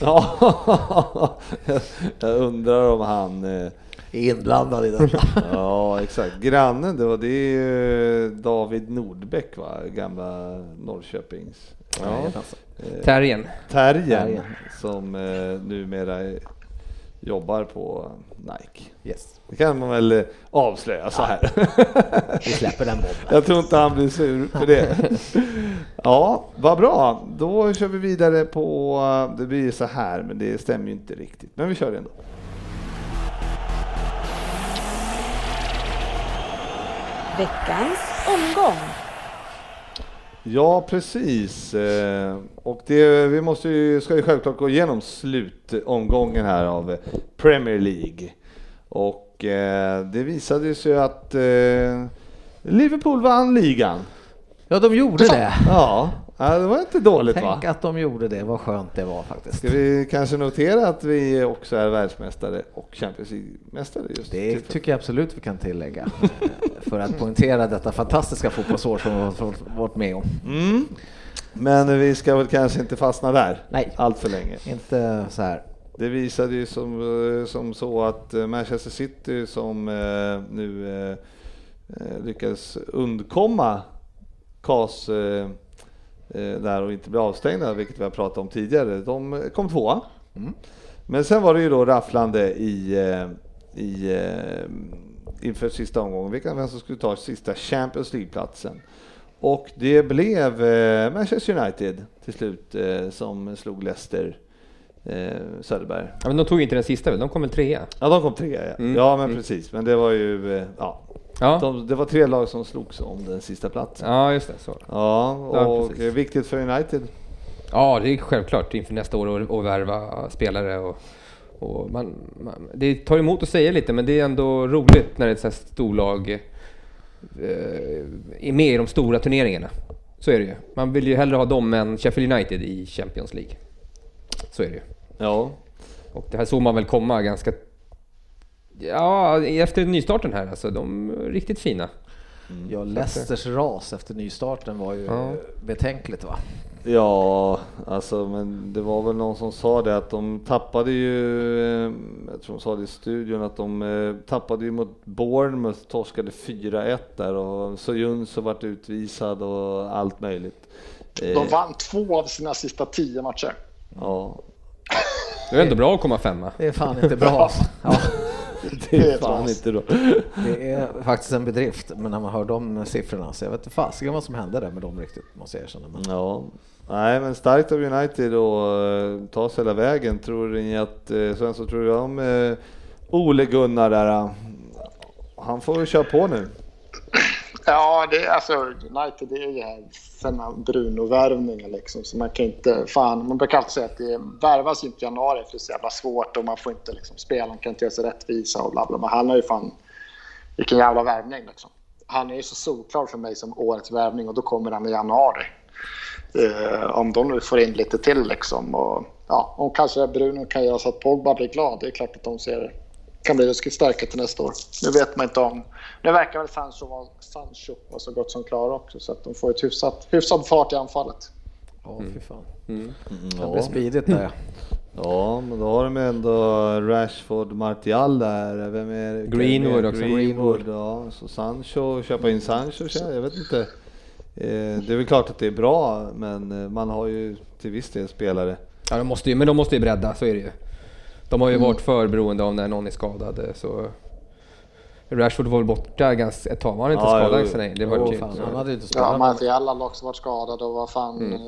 B: Ja, jag undrar om han... eh,
C: Är Inblandad i detta.
B: Ja, exakt. Grannen, det var det är ju David Nordbäck, va? gamla Norrköpings. Ja.
E: Terriern.
B: Terriern som eh, numera jobbar på Nike.
C: Yes,
B: Det kan man väl eh, avslöja så här.
C: vi släpper den bomben.
B: Jag tror inte han blir sur för det. Ja, vad bra. Då kör vi vidare på, eh, det blir så här, men det stämmer ju inte riktigt. Men vi kör det ändå.
F: Veckans omgång.
B: Ja, precis. Eh, Och det, vi måste ju, ska ju självklart gå igenom slutomgången här av Premier League. Och eh, det visade sig ju att eh, Liverpool vann ligan.
C: Ja, de gjorde det.
B: Ja, ja, det var inte dåligt va?
C: Tänk att de gjorde det, vad skönt det var faktiskt.
B: Ska vi kanske notera att vi också är världsmästare och Champions League-mästare just
C: Det
B: tillfället?
C: tycker jag absolut vi kan tillägga eh, för att poängtera detta fantastiska fotbollsår som vi har varit med om.
B: mm. Men vi ska väl kanske inte fastna där
C: Nej.
B: allt för länge.
C: Inte så här.
B: Det visade ju som, eh, som så att eh, Manchester City som eh, nu eh, eh, lyckades undkomma CAS eh, eh, där och inte bli avstängda, vilket vi har pratat om tidigare, de kom tvåa. Men sen var det ju då rafflande i, eh, i, eh, inför sista omgången, vilka vem som skulle ta sista Champions League-platsen. Och det blev eh, Manchester United till slut eh, som slog Leicester eh, Söderberg.
E: Ja, men de tog ju inte den sista väl? De kom väl trea?
B: Ja, de kom trea. Ja, ja men precis. Men det var ju, eh, ja.
E: Mm. Ja,
B: De, det var tre lag som slogs om den sista platsen.
E: ja just det. Så.
B: Ja,
E: Ja,
B: och
E: precis.
B: viktigt för United.
E: Ja, det är självklart inför nästa år att- att värva spelare. Och, och man, man, det tar emot att säga lite, men det är ändå roligt när ett så här storlag eh, är med i de stora turneringarna. Så är det ju. Man vill ju hellre ha dem än Sheffield United i Champions League. Så är det ju.
B: Ja,
E: Och det här såg man väl komma ganska Ja, efter nystarten här alltså. De är riktigt fina.
B: Mm,
C: Ja, Leicesters ras efter nystarten var ju
E: Ja.
C: eh, betänkligt va?
B: Ja, alltså men det var väl någon som sa det att de tappade ju, eh, jag tror de sa det i studion, att de eh, tappade ju mot Bournemouth, torskade 4-1 där och Soyuncu vart utvisad och allt möjligt. Eh,
D: De vann två av sina sista tio matcher.
B: Ja,
E: Det är ändå bra att komma femma.
C: Det är fan inte bra. alltså. ja,
B: det
D: Det
B: är
D: är
B: fan
D: trams.
B: inte då.
C: det är faktiskt en bedrift, men när man hör de siffrorna så jag vet inte fasiken vad som hände där med dem riktigt måste jag erkänna. Men
B: Ja, nej men starkt av United och eh, ta sig hela vägen. Tror ni att, eh, Svensson, tror du om eh, Ole-Gunnar där? eh, Han får väl köra på nu.
D: Ja, det är alltså United det är ju här sena Bruno-värvningar liksom. Så man kan inte, fan, man brukar alltid säga att det värvas ju inte i januari för det är så jävla svårt och man får inte liksom spela, man kan inte göra sig rättvisa och bla bla. Men han har ju fan, vilken jävla värvning liksom. Han är ju så solklar för mig som årets värvning och då kommer han i januari. Eh, om de nu får in lite till liksom och ja, om kanske Bruno kan göra så att Pogba blir glad, det är klart att de ser kan bli ruskigt starka till nästa år. Nu vet man inte om... Nu verkar väl Sancho vara, Sancho vara så gott som klar också så att de får ett hyfsat, hyfsad fart i anfallet.
C: ja, fy fan. Mm, Det blir
B: Mm. Ja. Mm.
C: spidigt där.
B: Ja, men då har de ändå Rashford, Martial där. Vem är det?
E: Greenwood
B: Vem är-
E: också.
B: Greenwood, ja. Så Sancho, köpa in Sancho, tja, jag vet inte. Eh, Det är väl klart att det är bra, men eh, man har ju till viss del spelare.
E: Ja, de måste ju, men de måste ju bredda, så är det ju. De har ju
B: Mm.
E: varit för beroende av när någon är skadad. eh, Så Rashford var väl borta ganska, ett tag, var han inte
B: Ja, jo,
E: skadad
B: jo.
E: sen länge? Det var
C: Åh,
E: ju
C: fan, han hade ju inte
D: Ja,
C: spelat.
D: man ser alla lag som varit skadade och vad fan... Eh,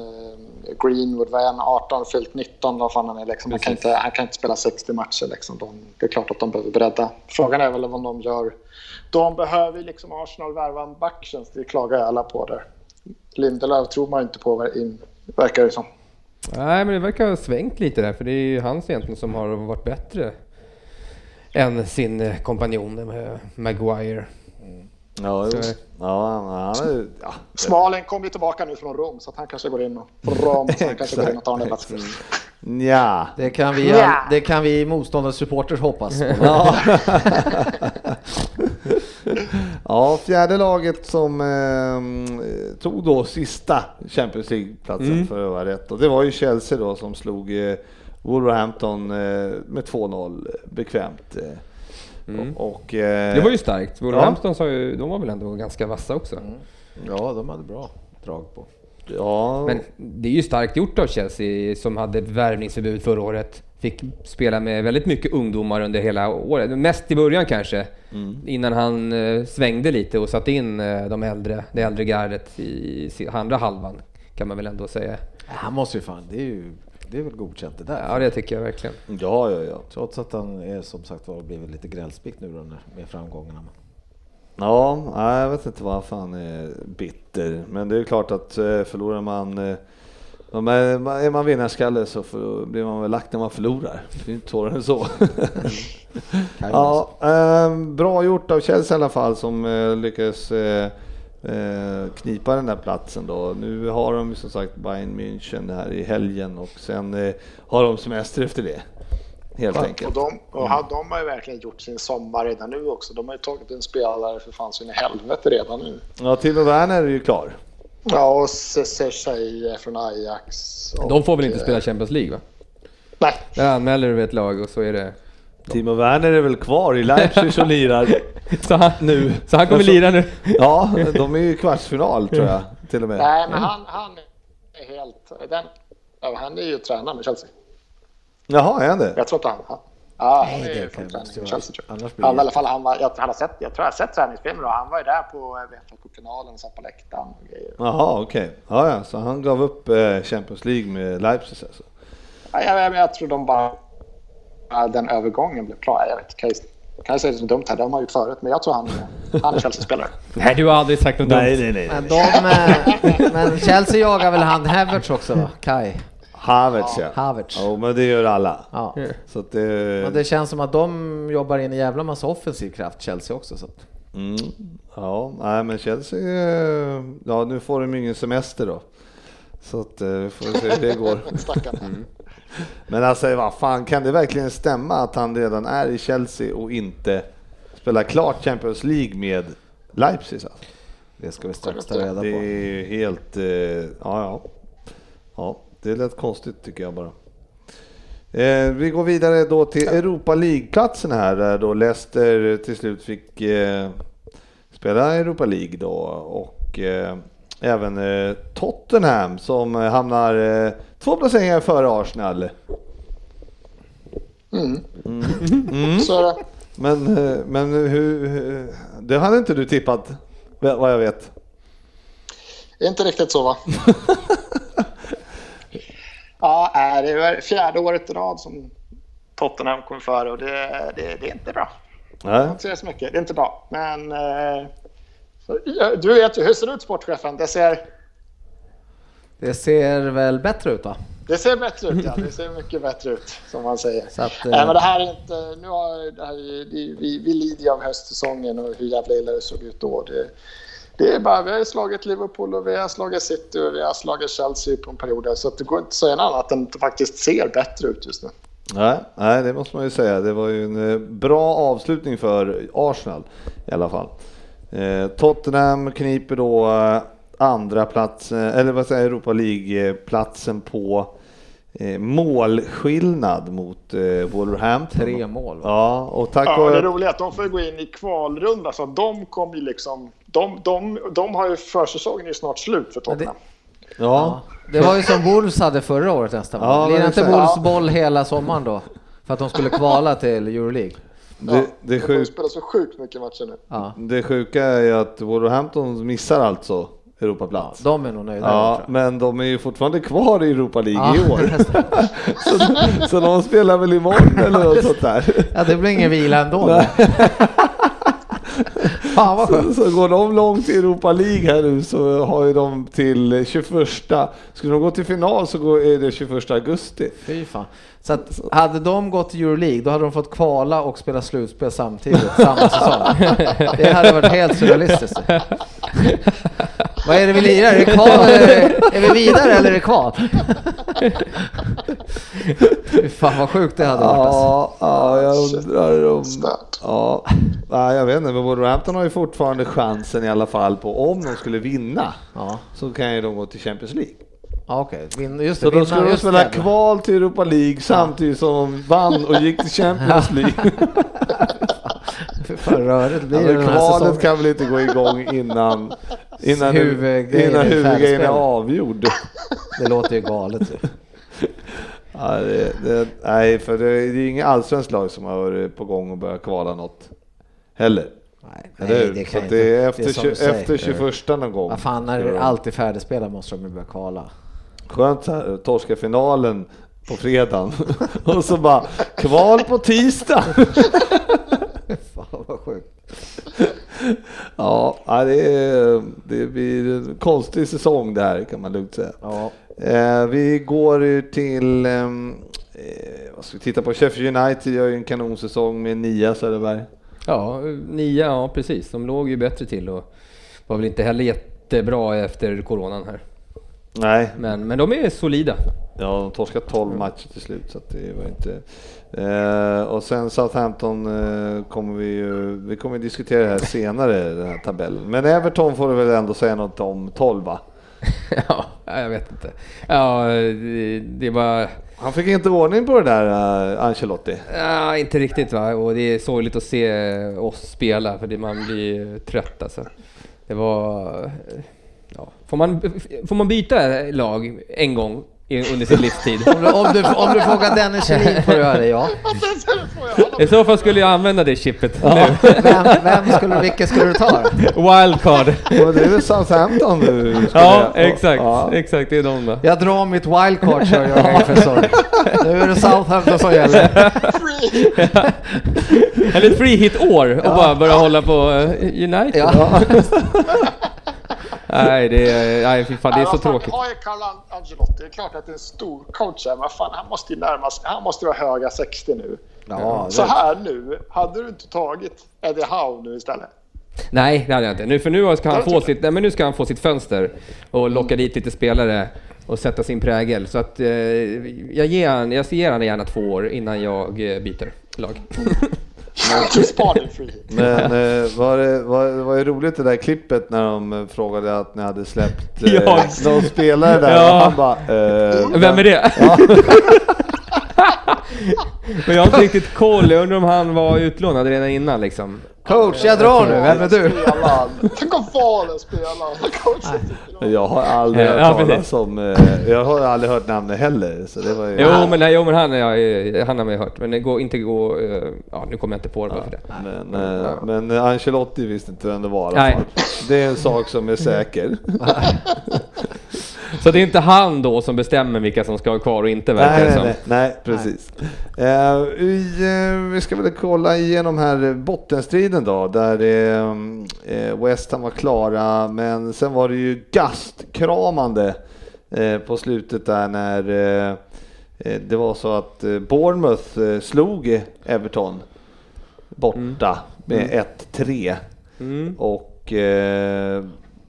D: Greenwood, vad är han? 18, fyllt 19, vad fan han är liksom. Han kan, inte, han kan inte spela 60 matcher liksom. De, det är klart att de behöver bredda. Frågan är väl vad de gör. De behöver ju liksom Arsenal värva en back känns det. Det klagar alla på där. Lindelöf tror man inte på, in- verkar det som.
E: Nej, men det verkar ha svängt lite där, för det är ju hans egentligen som har varit bättre än sin eh, kompanjon eh, Maguire.
B: Ja, jo.
E: Så är det.
B: ja, han- han är ju- ja.
D: Smalling kom ju tillbaka nu från Rom så att han kanske går in och... Från Rom så han kanske går in och tar den där platsen.
C: Mm,
B: Nja.
C: Det kan vi, all, det kan vi motståndarsupporters hoppas på.
B: Ja. ja, fjärde laget som eh, tog då sista Champions League-platsen
E: Mm.
B: för att vara rätt. Och det var ju Chelsea då som slog eh, Wolverhampton eh, med 2-0 bekvämt. Eh, och, och, eh,
E: Mm. Det var ju starkt. Wolverhampton sa ju, de var väl ändå ganska vassa också.
B: Mm.
C: Ja, de hade bra drag på.
B: ja,
E: Men det är ju starkt gjort av Chelsea som hade ett värvningsförbud förra året. Fick spela med väldigt mycket ungdomar under hela året. Mest i början kanske.
C: Mm.
E: Innan han eh, svängde lite och satte in eh, de äldre, det äldre gardet i sin- andra halvan. Kan man väl ändå säga.
C: Han måste ju fan, det är ju det är väl godkänt det där.
E: Ja, det tycker jag verkligen.
B: ja, ja, ja.
C: Trots att han är som sagt var blivit lite grälspikt nu då när- med framgångarna.
B: Ja, nej, jag vet inte varför han är bitter. Men det är klart att eh, förlorar man... eh, man- Är man vinnarskalle så får- blir man väl lack när man förlorar. Det är ju inte svårare än så.
C: Kan ju vara
B: ja, eh, bra gjort av Chelsea i alla fall som eh, lyckades eh, eh, knipa den där platsen då. Nu har de ju som sagt Bayern München här i helgen och sen eh, har de semester efter det. Helt
D: Och,
B: enkelt.
D: de,
C: Mm.
D: och han, de har ju verkligen gjort sin sommar redan nu också. De har ju tagit en spelare för fan så in i helvete redan nu.
B: Ja, till och Werner är ju klar.
D: Ja, och Ceesay från Ajax. Och,
E: De får väl
C: eh,
E: inte spela Champions League va?
D: Nej,
E: Där anmäler du ett lag och så är det...
B: Timo Werner är väl kvar i Leipzig och lirar.
E: Så han,
B: Nu.
E: så han kommer
B: Men så-
E: lira nu.
B: Ja, de är ju i kvartsfinal tror jag till och med.
D: nej men han, han är helt... Den, ja, han är ju tränare med Chelsea.
B: Jaha, är han det?
D: Jag tror inte han... han ja, han är
C: det
D: ju
C: kan
D: från
C: det
D: träning
C: måste vara.
D: med Chelsea tror jag.
C: Annars blir
D: Han, i alla
C: det...
D: fall, han var, jag, han har sett, jag tror jag har sett träningsfilmer och han var ju där på eh, Uefa Cup-finalen, satt på läktaren och grejer.
B: Jaha, okej. Ja, ja, så han gav upp eh, Champions League med Leipzig alltså.
D: Ja, jag, jag, jag tror de bara... ja, Den övergången blev klar. Jag vet, kan jag, kan jag säga det som dumt här, det har man gjort förut, men jag tror han, han är Chelsea-spelare.
E: Nej, du har aldrig sagt något dumt.
B: nej, nej.
C: Men, de, eh, men Chelsea jagar väl han Havertz också va? Kai?
B: Havertz ja.
C: Havertz.
B: Jo, men det gör alla.
C: Ja.
B: Så att eh, det...
C: Men det känns som att de jobbar in en jävla massa offensiv kraft, Chelsea också. Så att,
B: Mm. Ja, nej men Chelsea... eh, Ja, nu får de ju ingen semester då. Så att eh, vi får se hur det går.
D: Stackarn.
B: Men alltså vad fan, kan det verkligen stämma att han redan är i Chelsea och inte spelar klart Champions League med Leipzig? Alltså?
C: Det ska vi strax ta reda
B: Det är
C: på.
B: ju helt... Eh, ja, ja. ja, det lät konstigt tycker jag bara. Eh, vi går vidare då till Europa League-platsen här där då Leicester till slut fick eh, spela Europa League då och eh, även eh, Tottenham som eh, hamnar eh, två placeringar före Arsenal.
D: Så är det.
B: Men, eh, men hur, hur, det hade inte du tippat vad vad jag vet.
D: Det är inte riktigt så, va? ja, nej, det är fjärde året i rad som Tottenham kommer före och det, det, det är inte bra.
B: Nej.
D: Jag säger så mycket. Det är inte bra. Men eh, så, ja, du vet ju hur ser det ut, sportchefen? Det ser,
C: Det ser väl bättre ut va?
D: det ser bättre ut, ja. Det ser mycket bättre ut, som man säger.
C: Så att,
D: Nej,
C: eh,
D: men det här är inte... Nu har, det här är, det- vi, vi lider ju av höstsäsongen och hur jävla illa det såg ut då. Det, det är bara, vi har ju slagit Liverpool och vi har slagit City och vi har slagit Chelsea på en period. där, Så att det går inte att säga något annat än att det faktiskt ser bättre ut just nu.
B: Nej, nej, det måste man ju säga. Det var ju en eh, bra avslutning för Arsenal i alla fall. Eh, Tottenham kniper då eh, andra plats, eh, eller vad säger jag, Europa League-platsen på eh, målskillnad mot eh, Wolverhampton.
C: Tre mål, va?
B: Ja, och tack
D: Ja, och det
B: vare...
D: roliga är att de får ju gå in i kvalrunda så att de kommer ju liksom... De, de, de har ju försäsongen är ju snart slut för Tottenham.
B: Ja,
C: Det var ju som Wolves hade förra året nästan.
B: Ja,
C: Ja,
B: men
C: Lirade inte
B: exakt.
C: Wolves
D: Ja.
C: boll hela sommaren då? För att de skulle kvala till Euroleague?
B: det, det, är
D: De
B: sjuk,
D: spelar så sjukt mycket matcher nu.
C: Ja.
B: det sjuka är att Wolverhampton missar alltså Europaplats.
C: De är nog nöjda.
B: Ja,
C: tror jag.
B: men de är ju fortfarande kvar i Europa League
C: Ja,
B: i år. så, de- så de spelar väl imorgon eller något sånt där.
C: ja, det blir ingen vila ändå. Fan vad skönt.
B: Så, så går de långt i Europa League här nu så har ju de till 21. Skulle de gå till final så går, är det 21 augusti.
C: Fy fan. Så att, hade de gått till Euroleague då hade de fått kvala och spela slutspel samtidigt, samma säsong. Det hade varit helt surrealistiskt. Vad är det vi lirar? Är, det kval, eller- är vi vidare eller är det kval? Fy fan vad sjukt det hade varit. Alltså.
B: Ja, ja, jag undrar om...
D: Stört.
B: Ja, nej, jag vet inte, men Wolverhampton har ju fortfarande chansen i alla fall på om de skulle vinna
C: Ja,
B: så kan ju de gå till Champions League.
C: ja okej. Vin- Just det,
B: Så då
C: vinna-
B: skulle de
C: just
B: spela
C: det.
B: kval till Europa League samtidigt som de vann och gick till Champions League.
C: Fy fan, röret blir
B: Ja,
C: det den
B: men
C: här säsongen.
B: kvalet kan väl inte gå igång innan, innan
C: Huvudgrejen
B: innan
C: är
B: huvudgrejen är
C: färdigspelad.
B: avgjord.
C: Det låter ju galet. ju.
B: Ja, det, det, nej, för det, det är ju inget allsvenskt lag som har varit på gång och börjat kvala något heller.
C: Nej,
B: Eller hur?
C: nej, det
B: Så
C: kan
B: att
C: inte.
B: det är
C: Det
B: efter,
C: som du
B: tju-
C: säger.
B: efter 21 någon gång.
C: Vad fan, när
B: Skulle
C: det
B: de-
C: är alltid färdigspelat måste de ju börja kvala.
B: Skönt så här, torska finalen på fredagen och så bara kval på tisdag.
C: Fan vad sjukt.
B: Ja, ja, det, är, det blir en konstig säsong det här kan man lugnt säga.
C: Ja.
B: Eh, vi går ju till, ehm, eh, vad ska vi titta på, Sheffield United gör ju en kanonsäsong med nia Söderberg.
E: Ja, nia, ja precis. De låg ju bättre till och var väl inte heller jättebra efter coronan här.
B: Nej,
E: Men, men de är solida.
B: ja de torskade 12 matcher till slut så att det var inte... Eh, och sen Southampton eh, kommer vi ju, vi kommer diskutera det här senare, den här tabellen. Men Everton får du väl ändå säga något om 12 va?
E: ja, jag vet inte. Ja, det, det var...
B: Han fick inte ordning på det där eh, Ancelotti.
E: Ja, inte riktigt va. Och det är sorgligt att se oss spela för det, man blir trött alltså. Det var... Ja. Får, man, får man byta lag en gång i- under sin livstid?
C: Om du, om, du, om du frågar Dennis Kjellin får du göra det, ja.
E: I så fall skulle jag använda det chippet nu.
C: Vem, vem skulle, vilken skulle du ta? då?
E: Wildcard.
B: Och det är väl Southampton nu? skulle
E: Ja,
B: jag-
E: exakt.
B: Ja.
E: Exakt, det är de då.
C: Jag drar mitt wildcard, kör jag professor. Nu är det Southampton som gäller.
E: Eller ett free hit år och bara börja hålla på eh, United.
C: Ja.
E: Nej, det är, nej, fy fan, det är så tråkigt.
D: Har ju Carlo An- Ancelotti, det är klart att det är en stor coach här, men fan, han måste ju närma sig, han måste ju vara höga 60 nu.
C: Ja,
D: Så här nu, hade du inte tagit Eddie Howe nu istället?
E: Nej, det hade jag inte. Nu, för nu ska han
D: Har du
E: få
D: inte?
E: sitt, nej, men nu ska han få sitt fönster och locka dit lite spelare och sätta sin prägel. Så att eh, jag, ger, han- jag ger han gärna två år innan jag eh, byter lag.
D: Spar din frihet.
B: Men eh, var det var, det var ju roligt det där klippet när de eh, frågade att ni hade släppt eh,
E: Ja.
B: någon spelare där
E: Ja.
B: och han bara... Eh,
E: Vem är det? Men jag har inte riktigt koll. Jag undrar om han var utlånad redan innan liksom.
C: Coach, jag drar nu. Vem är du?
D: Spela. Tänk om valen spelar. Coach,
B: Jag har aldrig hört
E: Ja,
B: talas
E: precis.
B: om... Eh, jag har aldrig hört namnet heller. Så det var ju,
E: Jo men, nej, jo, men han, har jag, eh, han har man ju hört. Men det går inte gå... eh, Ja, nu kommer jag inte på det bara för det.
B: Men, eh, men eh, Ancelotti visste inte vem det var i alla
E: Nej.
B: fall. Det är en sak som är säker.
E: Så det är inte han då som bestämmer vilka som ska vara kvar och inte verkar
B: nej,
E: det
B: nej,
E: som.
B: nej, nej, precis. Eh, vi, eh, vi ska väl kolla igenom här eh, bottenstriden då, där eh, eh, West Ham var klara, men sen var det ju gastkramande eh, på slutet där när eh, eh, det var så att eh, Bournemouth eh, slog Everton borta
C: Mm.
B: med 1-3. Och eh,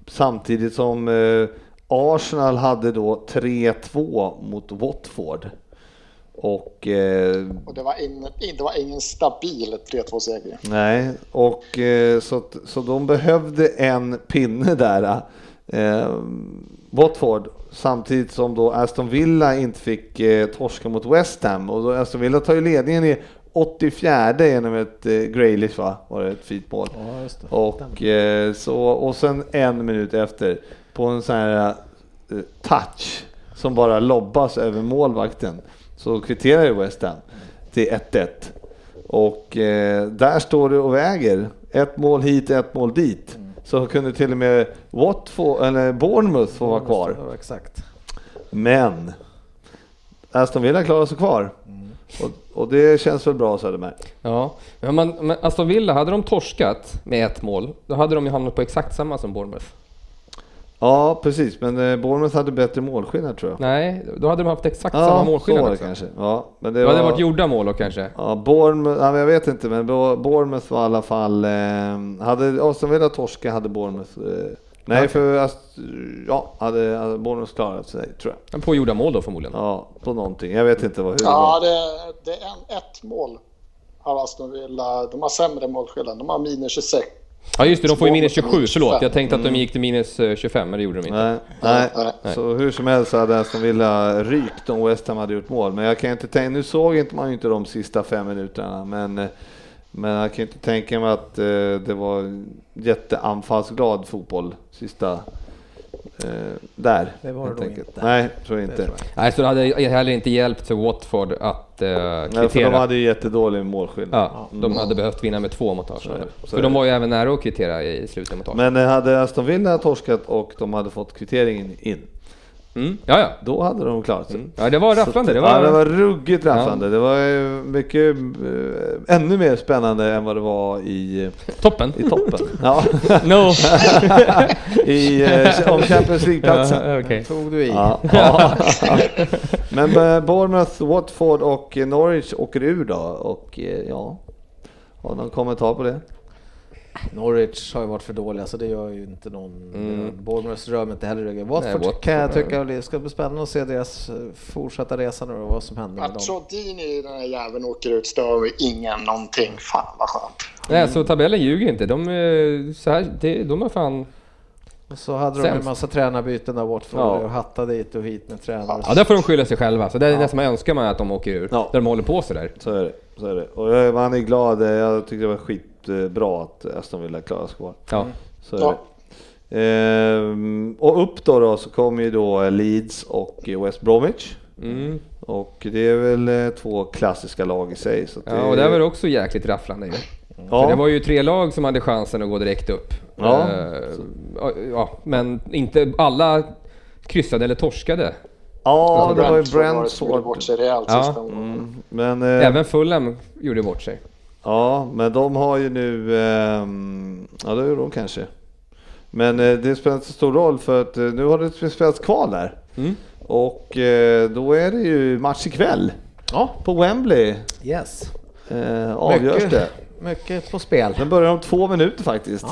B: samtidigt som eh, Arsenal hade då 3-2 mot Watford. Och eh,
D: Och det var, in, det var ingen stabil 3-2-seger.
B: nej, och eh, så, att- så de behövde en pinne där. Eh, Watford samtidigt som då Aston Villa inte fick eh, torska mot West Ham och då Aston Villa tar ju ledningen i 84 genom ett eh, Graylish va, var det ett fint mål.
C: Ja, just det.
B: Och, eh, så, och sen en minut efter på en sån här eh, touch som bara lobbas över målvakten så kvitterar ju West Ham till 1-1. Och eh, där står det och väger. Ett mål hit, ett mål dit. Så kunde till och med Watford, eller Bournemouth få vara kvar.
C: Ja, exakt.
B: Men Aston Villa klarar sig kvar. Och, och det känns väl bra Söderberg?
E: Ja, men, man, men Aston Villa, hade de torskat med ett mål, då hade de ju hamnat på exakt samma som Bournemouth.
B: Ja precis, men eh, Bournemouth hade bättre målskillnad tror jag.
E: Nej, då hade de haft exakt
B: Ja,
E: samma
B: så var
E: målskillnad
B: det
E: också.
B: kanske. Ja, men det
E: Då hade det
B: var-
E: varit gjorda mål då kanske.
B: Ja, Bournemouth, ja, men jag vet inte, men Bo- Bournemouth var i alla fall... Eh, hade Aston Villa torska hade Bournemouth... Eh, nej, för Ast, ja, hade, hade Bournemouth klarat sig, tror jag.
E: Men På gjorda mål då förmodligen.
B: Ja, på någonting. Jag vet inte vad, hur det
D: Ja,
B: var.
D: det, det är en, ett mål har Aston Villa. De har sämre målskillnad. De har minus 26.
E: Ja just det, de får ju
D: Två
E: minus
D: mot
E: 27, förlåt. Jag
D: fem.
E: tänkte att de gick till minus eh, 25, men det gjorde de inte.
B: Mm. Nej, nej.
D: Nej.
B: Så hur som helst hade Aston Villa rykt om West Ham hade gjort mål. Men jag kan inte tänka, nu såg inte man ju inte de sista fem minuterna, men, eh, men jag kan ju inte tänka mig att eh, det var jätteanfallsglad fotboll sista eh, där.
C: Det var det
B: helt
C: nog
B: enkelt.
C: inte.
B: Nej, tror jag inte.
C: tror
E: Nej, så det hade heller inte hjälpt för Watford att eh,
B: Nej, för
E: kvittera.
B: de hade ju jättedålig målskillnad.
E: Ja, de hade behövt vinna med två mot Arsenal.
B: Så är
E: För
B: det.
E: de var ju även nära att kvittera i slutet mot Arsenal.
B: Men eh, hade Aston Villa torskat och de hade fått kvitteringen in,
E: Mm, ja, ja.
B: då hade de klarat sig.
E: Ja, det var rafflande. Det
B: Ja, det var
E: var...
B: ruggigt rafflande. Det var ju mycket, eh, ännu mer spännande än vad det var i,
E: Toppen.
B: i toppen. ja,
E: No.
B: i, eh, om Champions League-platsen.
E: Ja, okej.
C: Tog du i?
B: Ja, ja. Men eh, Bournemouth, Watford och eh, Norwich åker ur då och eh, ja, har du någon kommentar på det?
C: Norwich har ju varit för dåliga så det gör ju inte någon... Mm. Bournemouth rör mig inte heller i ryggen. Watford
E: Watford
C: kan jag
E: rör mig.
C: tycka det ska bli spännande att se deras eh, fortsatta resa nu och vad som händer med
D: Att
C: dem.
D: Trodini, den här jäveln, åker ut stör mig ingen någonting. Fan vad skönt.
E: Nej, så tabellen ljuger inte. De, eh, så här, det, de har fan...
C: Och så hade de ju en
E: Sämst.
C: massa tränarbyten där Watford
B: Ja.
C: och hattade hit och hit med tränare.
E: Ja, där får de skylla sig själva. Så det är nästan man önskar man att de åker ur.
B: Ja.
E: Där de håller på sådär.
B: Så är det. Så är det. Och jag, man är glad. eh, Jag tyckte det var skitbra att Aston Villa klarade sig kvar.
E: Ja.
B: Så är
D: Ja.
B: det. Ehm, och upp då, då så kommer ju då eh, Leeds och West Bromwich.
E: Mm.
B: Och det är väl eh, två klassiska lag i sig. Så att
E: ja, och där var det också jäkligt rafflande ju. För det var ju tre lag som hade chansen att gå direkt upp.
B: Ja.
E: Eh, ja, men inte alla kryssade eller torskade.
B: ja,
D: Alltså,
B: det var ju
D: som gjorde
B: Brentford.
D: bort sig rejält
E: Ja.
D: sista gången.
B: Men, eh,
E: Även Fulham gjorde bort sig.
B: Ja, men de har ju nu... ehm, ja, det är de kanske. Men eh, det spelar inte så stor roll för att eh, nu har det spelats kval där.
E: Mm.
B: Och eh, då är det ju match ikväll
C: Ja.
B: på Wembley.
C: Yes.
B: Eh, avgörs
C: mycket,
B: det.
C: mycket på spel.
B: Den börjar om två minuter faktiskt.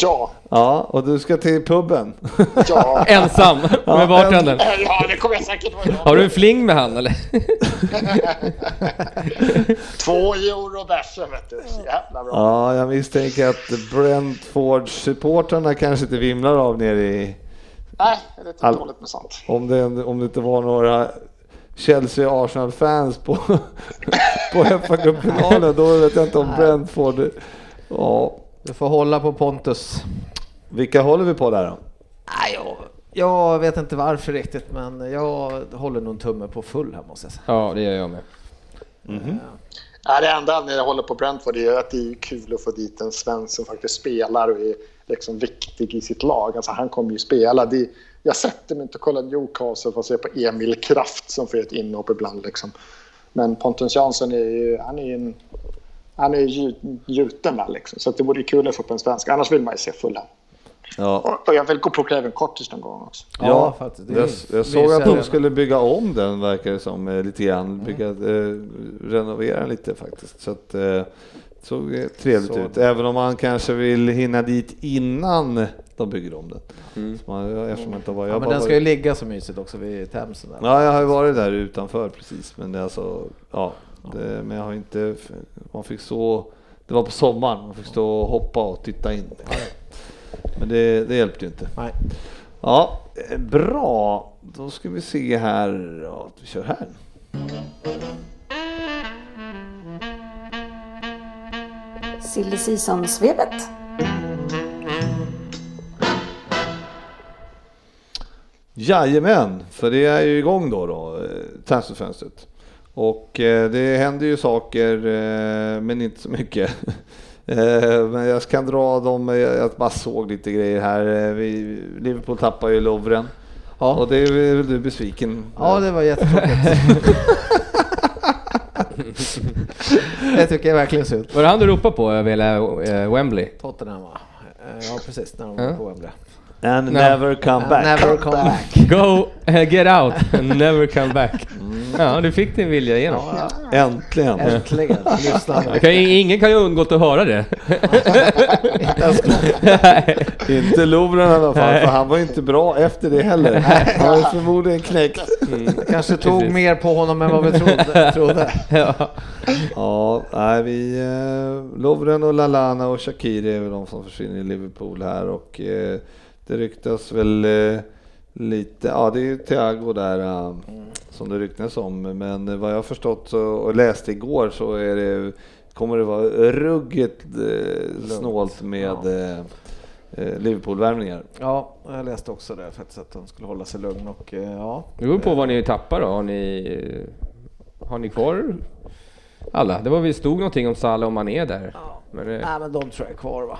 B: Ja,
D: Ja,
B: och du ska till puben.
D: ja.
E: Ensam med bartendern.
D: Ja, det kommer jag säkert vara.
E: Har
D: jag.
E: du en fling med han eller?
D: Två euro bärsen, vet du. Så Jävla bra.
B: Ja, jag misstänker att Brentford-supportrarna kanske inte vimlar av nere i...
D: Nej, det är lite
B: All-
D: dåligt med sånt.
B: Om det, om det inte var några Chelsea och Arsenal-fans på, på fa Cup-finalen, då vet jag inte om Brentford... Ja,
C: Du får hålla på Pontus.
B: vilka håller vi på där då?
C: Nej, jag, jag vet inte varför riktigt, men jag håller nog en tumme på full här måste jag säga.
E: Ja, det gör jag med.
D: Nej, det enda anledningen jag håller på Brentford är ju att det är kul att få dit en svensk som faktiskt spelar och är liksom viktig i sitt lag. Alltså, han kommer ju spela. Det, jag sätter mig inte och kollar Newcastle för att se på Emil Kraft som får ett inhopp ibland. Liksom. Men Pontus Jansson är ju, han är ju en, han är ju gju- gjuten där liksom. Så att det vore ju kul att få upp en svensk. Annars vill man ju se fulla.
B: Ja,
D: Och, och jag vill gå på även Kortis någon gång också.
C: Ja,
B: ja
C: faktiskt. Det är-
B: jag, jag
C: det
B: såg
C: är
B: att de
C: sällan.
B: skulle bygga om den verkar det som eh, lite
C: Mm.
B: grann. Bygga, eh, renovera den lite faktiskt. Så att, eh, såg eh, trevligt ut. Även om man kanske vill hinna dit innan de bygger om den. Så man, jag- eftersom jag inte var, jag
C: Mm. Ja, men
B: bara
C: den
B: var-
C: ska ju ligga så mysigt också vid Themsen. där.
B: Ja, jag har ju varit där utanför precis, men det är alltså, ja, det, men jag har inte, man fick så, det var på sommaren, man fick stå och hoppa och titta in. Men det, det hjälpte ju inte.
C: Nej.
B: Ja, eh, bra, då ska vi se här, ja, vi kör här.
H: Silly Season-svepet.
B: Jajamän, för det är ju igång då, då eh, transferfönstret. Och eh, det händer ju saker, eh, men inte så mycket. Eh, Men jag kan dra dem, eh, jag bara såg lite grejer här. Eh, Vi, Liverpool tappar ju Lovren.
C: Ja.
B: Och det är väl du besviken
C: Ja, det var jättetråkigt. det tycker jag verkligen synd.
E: Var det han du ropade på över hela eh, Wembley?
C: Tottenham va? Eh, Ja precis, när de var på Wembley.
B: And never come back.
C: Never come back.
E: Go, eh, get out and never come back. Ja, du fick din vilja igenom.
B: Äntligen.
C: Äntligen, lyssna
E: Jag Kan, ingen kan ju undgått att höra det. Nej.
B: Inte Lovren i alla fall, för han var ju inte bra efter det heller. Han var ju förmodligen knäckt.
C: Kanske tog mer på honom än vad vi trodde. trodde.
E: ja.
B: Ja, nej, vi, eh, Lovren och Lalana och Shakiri är väl de som försvinner i Liverpool här och eh, det ryktas väl eh, lite, ja det är ju Thiago där eh, som det ryktas om, men eh, vad jag har förstått så, och läste igår så är det, kommer det vara ruggigt eh, snålt med eh, eh, Liverpool-värvningar.
C: Ja, jag läste också det faktiskt att de skulle hålla sig lugn och eh, ja.
E: Det beror på vad ni tappar då. Har ni, eh, har ni kvar alla? Det var vi stod någonting om Salah och Mané där. Men, eh,
C: Nej men de tror jag är kvar va?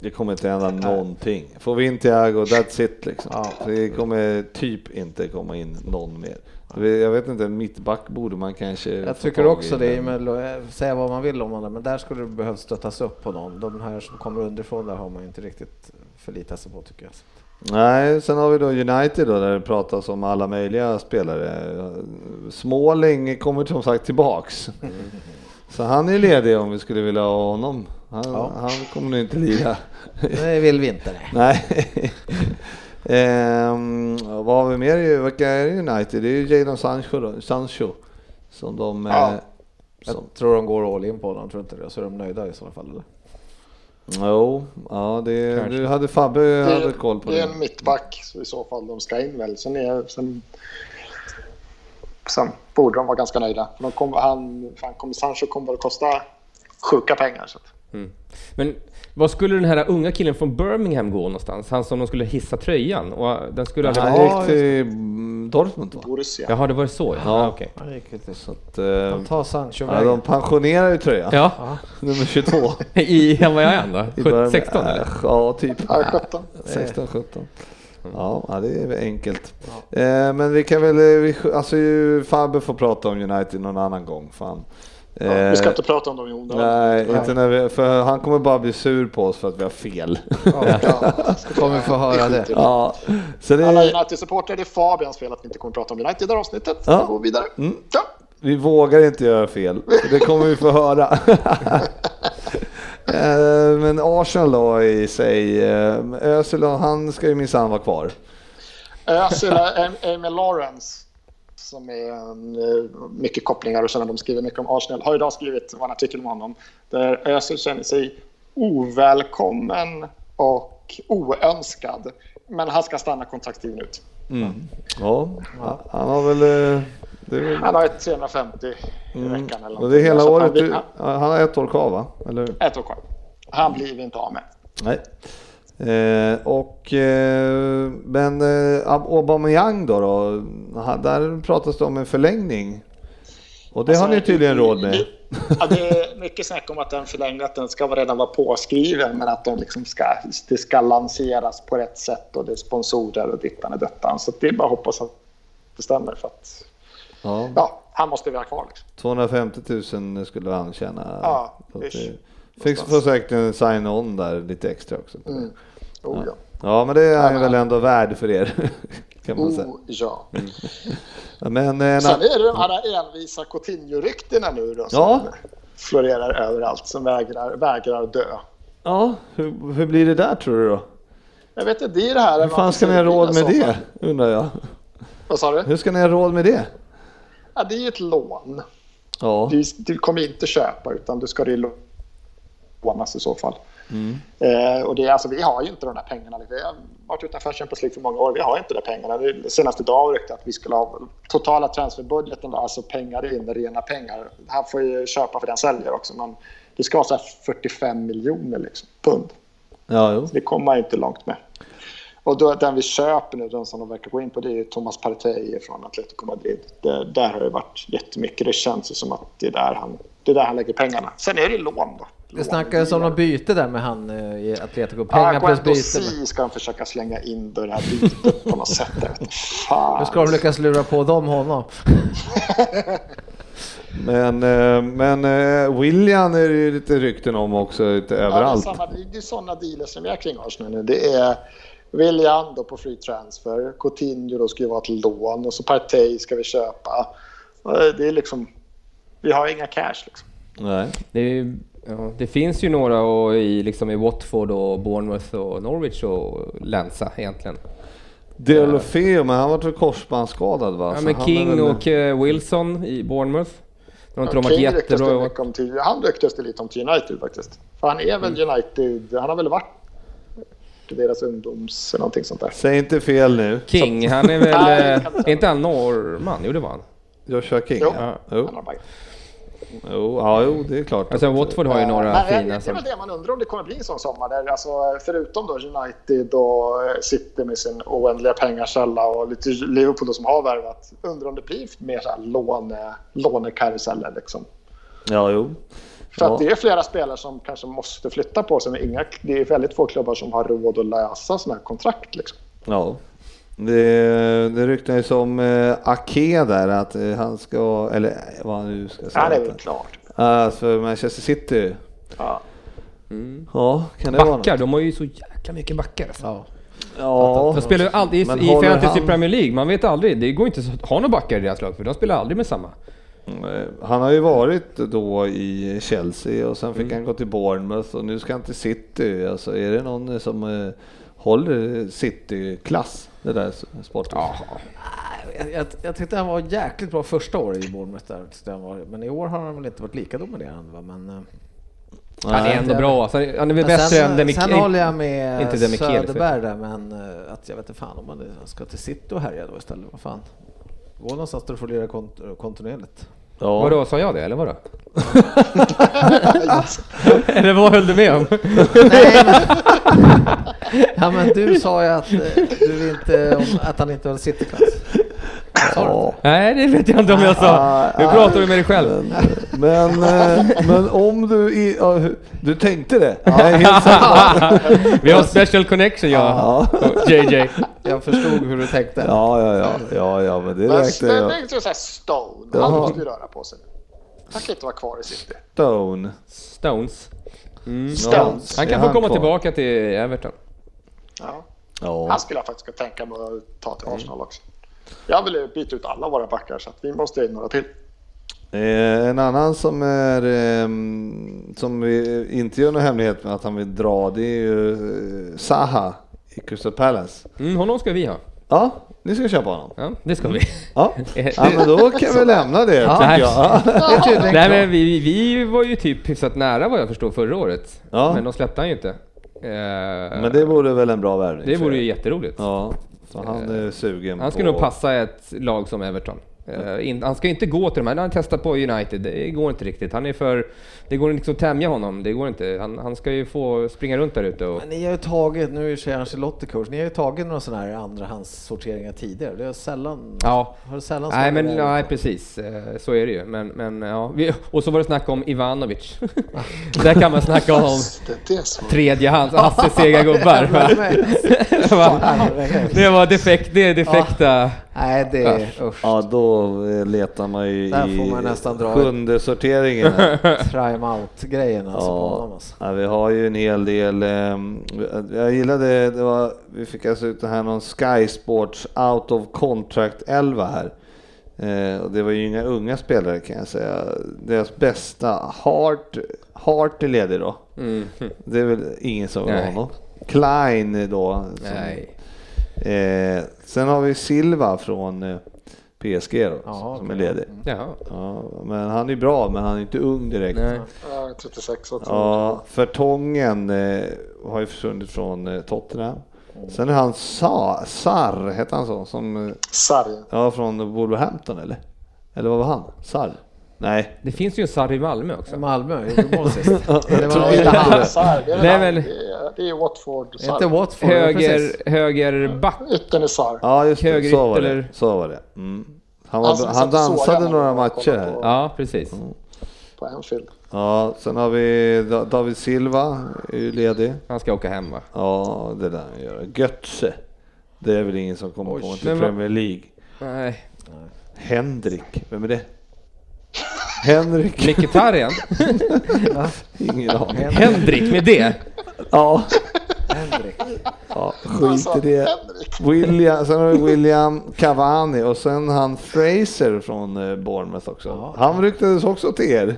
B: Det kommer inte hända någonting. Får vi in Thiago, that's it liksom.
C: Ja.
B: Det kommer typ inte komma in någon mer. Jag vet inte, mittback borde man kanske...
C: Jag
B: få
C: tycker
B: tag i,
C: också det,
B: men-
C: men eh, säga vad man vill om honom, men där skulle det behövas stöttas upp på någon. De här som kommer underifrån där har man ju inte riktigt förlitat sig på tycker jag.
B: Nej, sen har vi då United då, där det pratas om alla möjliga spelare. Småling kommer som sagt tillbaks.
C: Mm.
B: Så han är ledig om vi skulle vilja ha honom. Han,
C: Ja.
B: han kommer nog inte lira.
C: Det vill vi inte. Nej.
B: Nej. Ehm, vad har vi mer? i- Vilka är det i United? Det är ju Jadon Sancho, då, Sancho som de...
D: Ja.
B: eh, Som,
C: Jag tror de går all in på honom, tror inte det? Så är de nöjda i sådana fall eller?
B: jo, ja, det,
E: Kanske.
B: du hade Fabbe
D: Det
B: hade koll
D: är,
B: på
D: det är
B: det.
D: en mittback så i så fall de ska in väl. Sen, är, sen, sen borde de vara ganska nöjda. De kom, han, fan, kom, Sancho kommer väl kosta sjuka pengar. Så att.
E: men vad skulle den här unga killen från Birmingham gå någonstans? Han som de skulle hissa tröjan och eh, den skulle aldrig
B: Han
E: vara...
B: gick till mm, Dortmund va?
D: Borussia.
E: Jaha, det var så ja.
B: Ja.
E: Ah, okej.
C: Ja, det gick lite så.
B: Så att, eh,
C: Ta Sancho
B: ja, de pensionerar ju tröjan.
E: Ja,
B: Nummer 22.
E: i, vad är han då?
B: I början-
E: 17, 16 eller?
B: Äh, Ja, typ.
D: Ja, 17. Eh.
B: 16, 17.
D: Mm.
B: Ja, ja, det är väl enkelt. Eh, men vi kan väl, eh, vi, alltså ju, Fabbe får prata om United någon annan gång. Fan.
D: Ja, vi ska
B: Eh,
D: inte prata om dem i onödan.
B: Nej, inte när vi, för han kommer bara bli sur på oss för att vi har fel.
D: Ja.
C: kommer få höra det.
B: ja, så det,
D: Alla United-supportrar, det är Fabians fel att vi inte kommer prata om United i det här avsnittet.
B: Ja. Mm.
D: Vi går vidare. Ja.
B: vi vågar inte göra fel. Det kommer vi få höra. Eh, Men Arsenal då i sig. eh, Özil, han ska ju minsann vara kvar.
D: Özil är Emil Lawrence som är en, eh, mycket kopplingar och känner de skriver mycket om Arsenal. Har idag skrivit en artikel om honom där Özil känner sig ovälkommen och oönskad. Men han ska stanna kontraktstiden ut.
B: Ja, han har väl... eh, Det är väl
D: Han har ett 350 i veckan eller
B: Mm.
D: Alltså,
B: och det är hela
D: Så att
B: året.
D: Han, blir,
B: du- Han har ett år kvar va? Eller hur?
D: han, ett år kvar. Han blir vi inte av med.
B: Nej. Eh, och, eh, men eh, Ab- Aubameyang då, då? Ha- Där pratas det om en förlängning. Och det
D: Alltså,
B: har ni tydligen råd med.
D: Ja, det är mycket snack om att den förlängda att den ska vara- redan vara påskriven men att de liksom ska, det ska lanseras på rätt sätt och det är sponsorer och dittan och detta. Så det är bara att hoppas att det stämmer för att
B: Ja,
D: ja, han måste vi ha kvar. Liksom.
B: 250 000 skulle han tjäna.
D: Ja,
B: Så att
D: ish.
B: det- Fick får säkert en sign-on där lite extra också. på det.
D: Oh, ja.
B: Ja, men det är han ju väl ändå värd för er. Kan man säga.
D: Oh, ja.
B: Men, eh,
D: Sen är det de här envisa Coutinho-ryktena nu då, som
B: Ja.
D: florerar överallt som vägrar, vägrar dö.
B: ja, hur, hur blir det där tror du då?
D: Jag vet inte, det är det här...
B: Hur fan ska ni ha råd med det? Undrar jag.
D: Vad sa du?
B: Hur ska ni ha råd med det?
D: Ja, det är ju ett lån.
B: Ja.
D: Du, du kommer inte köpa utan du ska det lå- lånas i så fall. Eh, och det, är alltså, vi har ju inte de där pengarna. Vi har varit utanför Champions League för många år. Vi har inte de där pengarna. Nu, senast idag var det att vi skulle ha totala transferbudgeten, var alltså pengar in, rena pengar. Han får ju köpa för den säljer också. Men det ska vara så här 45 miljoner liksom, pund.
B: Ja, jo.
D: Det kommer man ju inte långt med. Och då, den vi köper nu, den som de verkar gå in på, det är ju Thomas Partey från Atletico Madrid. Det, där har det varit jättemycket. Det känns ju som att det är där han, det är där han lägger pengarna. Sen är det ju lån då.
C: Det snackades om något byte där med han eh, i
E: Ah,
C: Atletico.
D: Ja,
C: Pengar plus
D: Guendo
C: byte. men-
D: Si ska de försöka slänga in då i det här bytet på något sätt. Jag vet inte.
C: Nu
D: Fan.
C: ska de lyckas lura på dem honom.
B: Men, eh, men eh, William är det ju lite rykten om också, lite
D: Ja, det är
B: överallt.
D: samma- Det är sådana dealer som vi har kring Arsenal nu. Det är William då på free transfer, Coutinho då ska ju vara ett lån och så Partey ska vi köpa. Och Det är liksom... Vi har inga cash liksom.
B: Nej.
E: Det, är ju- ja, det finns ju några och i, liksom i Watford och Bournemouth och Norwich och länsa egentligen.
B: Deulofeu, men han var väl korsbandsskadad va?
E: Ja,
B: Så
E: men
B: han är
E: King
B: väl-
E: och eh, Wilson i Bournemouth. De har inte de varit
D: King ryktas
E: jättebra
D: det
E: i år.
D: mycket om till, han ryktas det lite om till United faktiskt. För han är
E: Mm.
D: väl United, han har väl varit i deras ungdoms eller någonting sånt där.
B: Säg inte fel nu.
E: King, han är väl...
D: Nej, det
E: eh,
D: kan inte
E: är inte han norrman? Jo, det var han.
B: Joshua King?
D: Jo.
B: Ja.
D: Han
B: Jo.
D: har bara-
B: Jo. ja, jo, det är klart.
E: Alltså, Watford har ju några
D: Men
E: fina
D: det är
E: som...
D: väl det man undrar om det kommer bli en sån sommar. Där, alltså, förutom då United och eh, City med sin oändliga pengakälla och lite Liverpool då som har värvat. Undrar om det blir mer så här låne, lånekaruseller. Liksom.
B: Ja, jo.
D: För
B: Ja.
D: att det är flera spelare som kanske måste flytta på sig. Men inga, det är väldigt få klubbar som har råd att lösa sådana här kontrakt. Liksom.
B: Ja. Det, det ryktas ju som eh, Ake där att eh, han ska, eller vad han nu ska säga.
D: Ja, det är väl klart.
B: Ah, för Manchester City.
D: Ja.
B: Ja, kan det vara något?
E: Backar, de har ju så jäkla mycket backar alltså.
B: Ja.
E: De spelar ju aldrig i,
B: Men
E: i
B: håller
E: Fantasy
B: han-
E: Premier League, man vet aldrig. Det går inte att ha några backar i deras lag för de spelar aldrig med samma.
B: Eh, Han har ju varit då i Chelsea och sen fick
E: Mm.
B: han gå till Bournemouth och nu ska han till City. Alltså är det någon som eh, håller City-klass, det där s- sporten? Ja.
C: Jag, jag, jag tyckte han var jäkligt bra första året i Bournemouth. Där, tyckte han var, men i år har han väl inte varit lika dominerande. Va? Men, eh,
E: Han är ändå bra. alltså. Han är väl
C: men
E: bättre
C: sen,
E: än Demi-
C: sen håller jag med
E: inte Demi-
C: Söderberg där, men eh, att jag vet inte fan om han han ska till City och härja då istället. Vad fan. Gå någonstans där du får lira kont kontinuerligt.
E: Vadå, sa jag det eller vadå?
D: Ja,
E: eller vad höll du med om?
C: Nej, men, ja, men du sa ju att, eh, du inte, om, att han inte höll Cityklass.
B: Ja.
E: Nej, det vet jag inte om jag sa. Nu pratar du med dig själv.
B: Men, men, eh, men om du... I, ja, hur- du tänkte det? Ja, jag är helt säker.
E: Vi har special connection jag
B: ja,
E: och JJ.
C: Jag förstod hur du tänkte.
B: ja, ja, ja, ja, ja, men det
D: Men
B: räknar
D: men
B: jag.
D: tänk så här Stone,
B: Jaha.
D: han måste ju röra på sig. Han kan inte vara kvar i City.
B: Stone.
E: Stones.
D: Stones.
E: Han
B: Är
E: kan få komma
B: kvar?
E: tillbaka till Everton.
D: Ja.
B: Ja.
D: Han skulle jag faktiskt kunna tänka mig att ta till Arsenal också. Jag vill ju byta ut alla våra backar så att vi måste ha in några till.
B: Eh, En annan som, är, ehm, som vi inte gör någon hemlighet med att han vill dra, det är ju eh, Zaha i Crystal Palace.
E: Mm, honom ska vi ha.
B: Ja, ni ska köpa honom.
E: Ja, det ska vi.
B: Ja, ja men då kan vi lämna det tycker jag.
C: Det är
D: typ-
C: tydligen
E: Nej,
C: klart.
E: men vi, vi var ju typ hyfsat nära vad jag förstår förra året.
B: Ja.
E: Men de släppte han ju inte. Eh,
B: Men det vore väl en bra värvning?
E: det
B: för
E: vore
B: er.
E: ju jätteroligt.
B: Ja, så han är sugen
E: Han skulle
B: på...
E: nog passa ett lag som Everton. Eh, in, han ska inte gå till de här, han har testat på United, det går inte riktigt. Han är för, det går inte liksom att tämja honom, det går inte. Han, han ska ju få springa runt där ute och...
C: Men Ni har ju tagit, nu är ju i och för sig Ancelotti coach, ni har ju tagit några sådana här andrahandssorteringar tidigare. Det har sällan...
E: Ja.
C: Har det sällan
E: Nej,
C: slagit
E: men,
C: väl ut?
E: nej precis, Eh, så är det ju. Men, men, ja. Vi, och så var det snack om Ivanovic. där kan man snacka om
D: Det, det är så.
E: tredje hand, Hasses sega gubbar. va?
C: Fan, verkligen.
E: det var defekt, det är defekta.
C: Nej, det är usch.
B: Ja, då eh, letar man ju
C: Där
B: i
C: får man nästan dra
B: sjunde sorteringen. här.
C: Try 'em out-grejen alltså på honom alltså.
B: ja, vi har ju en hel del. ehm, jag gillade, det var, vi fick alltså ut det här någon Sky Sports Out of Contract 11 här. Eh, och det var ju inga unga spelare kan jag säga. Deras bästa, Hart, Hart är ledig då.
C: Mm.
B: Det är väl ingen som vill ha
E: Nej.
B: honom. Klein då. som-
E: Nej.
B: Eh, sen har vi Silva från eh, PSG då,
C: Ja,
B: som är
C: okej. Mm.
B: ledig.
E: Jaha.
B: Ja, men han är bra, men han är inte ung direkt.
E: Nej.
D: Ja, 36 också.
B: Ja, Fertongen eh, har ju försvunnit från eh, Tottenham. Sen är han Sa- Sarr, hette han så? Som, eh,
D: Sarri.
B: ja, från Wolverhampton eller? Eller vad var han? Sarr? Nej.
E: Det finns ju en Sarri i Malmö också.
C: Malmö gjorde mål sist. Det
B: tror
C: var
B: jag.
C: inte han.
D: Sarri, det är
E: Nej,
D: väl han.
E: men-
D: Det är- Det är Watford.
C: Inte
D: Sarri.
C: Watford, precis.
E: Höger, högerback.
D: Yttern är Sarri.
B: Ja, just det. Så
E: Högerytter
B: var det.
E: eller-
B: Så var det. Mm. Han, var,
D: Han som
B: han
D: satt och sågade
B: dansade
D: när
B: några
D: han
B: matcher
D: kom
B: här.
D: på-
E: Ja, precis.
D: på Anfield.
B: Ja, sen har vi Da- David Silva, är ju ledig.
E: Han ska åka hem va?
B: Ja, det där han gör. Götze. Det är väl ingen som kommer på till
E: men vad-
B: Premier League.
E: Nej.
B: Henrik, vem är det? Henrik,
E: Mkhitaryan?
B: ingen aning.
E: Henrik med det?
B: Ja,
C: Henrik.
B: ja, skit i det. William, sen har vi William Cavani och sen han Fraser från eh, Bournemouth också. Han ryktades också till er.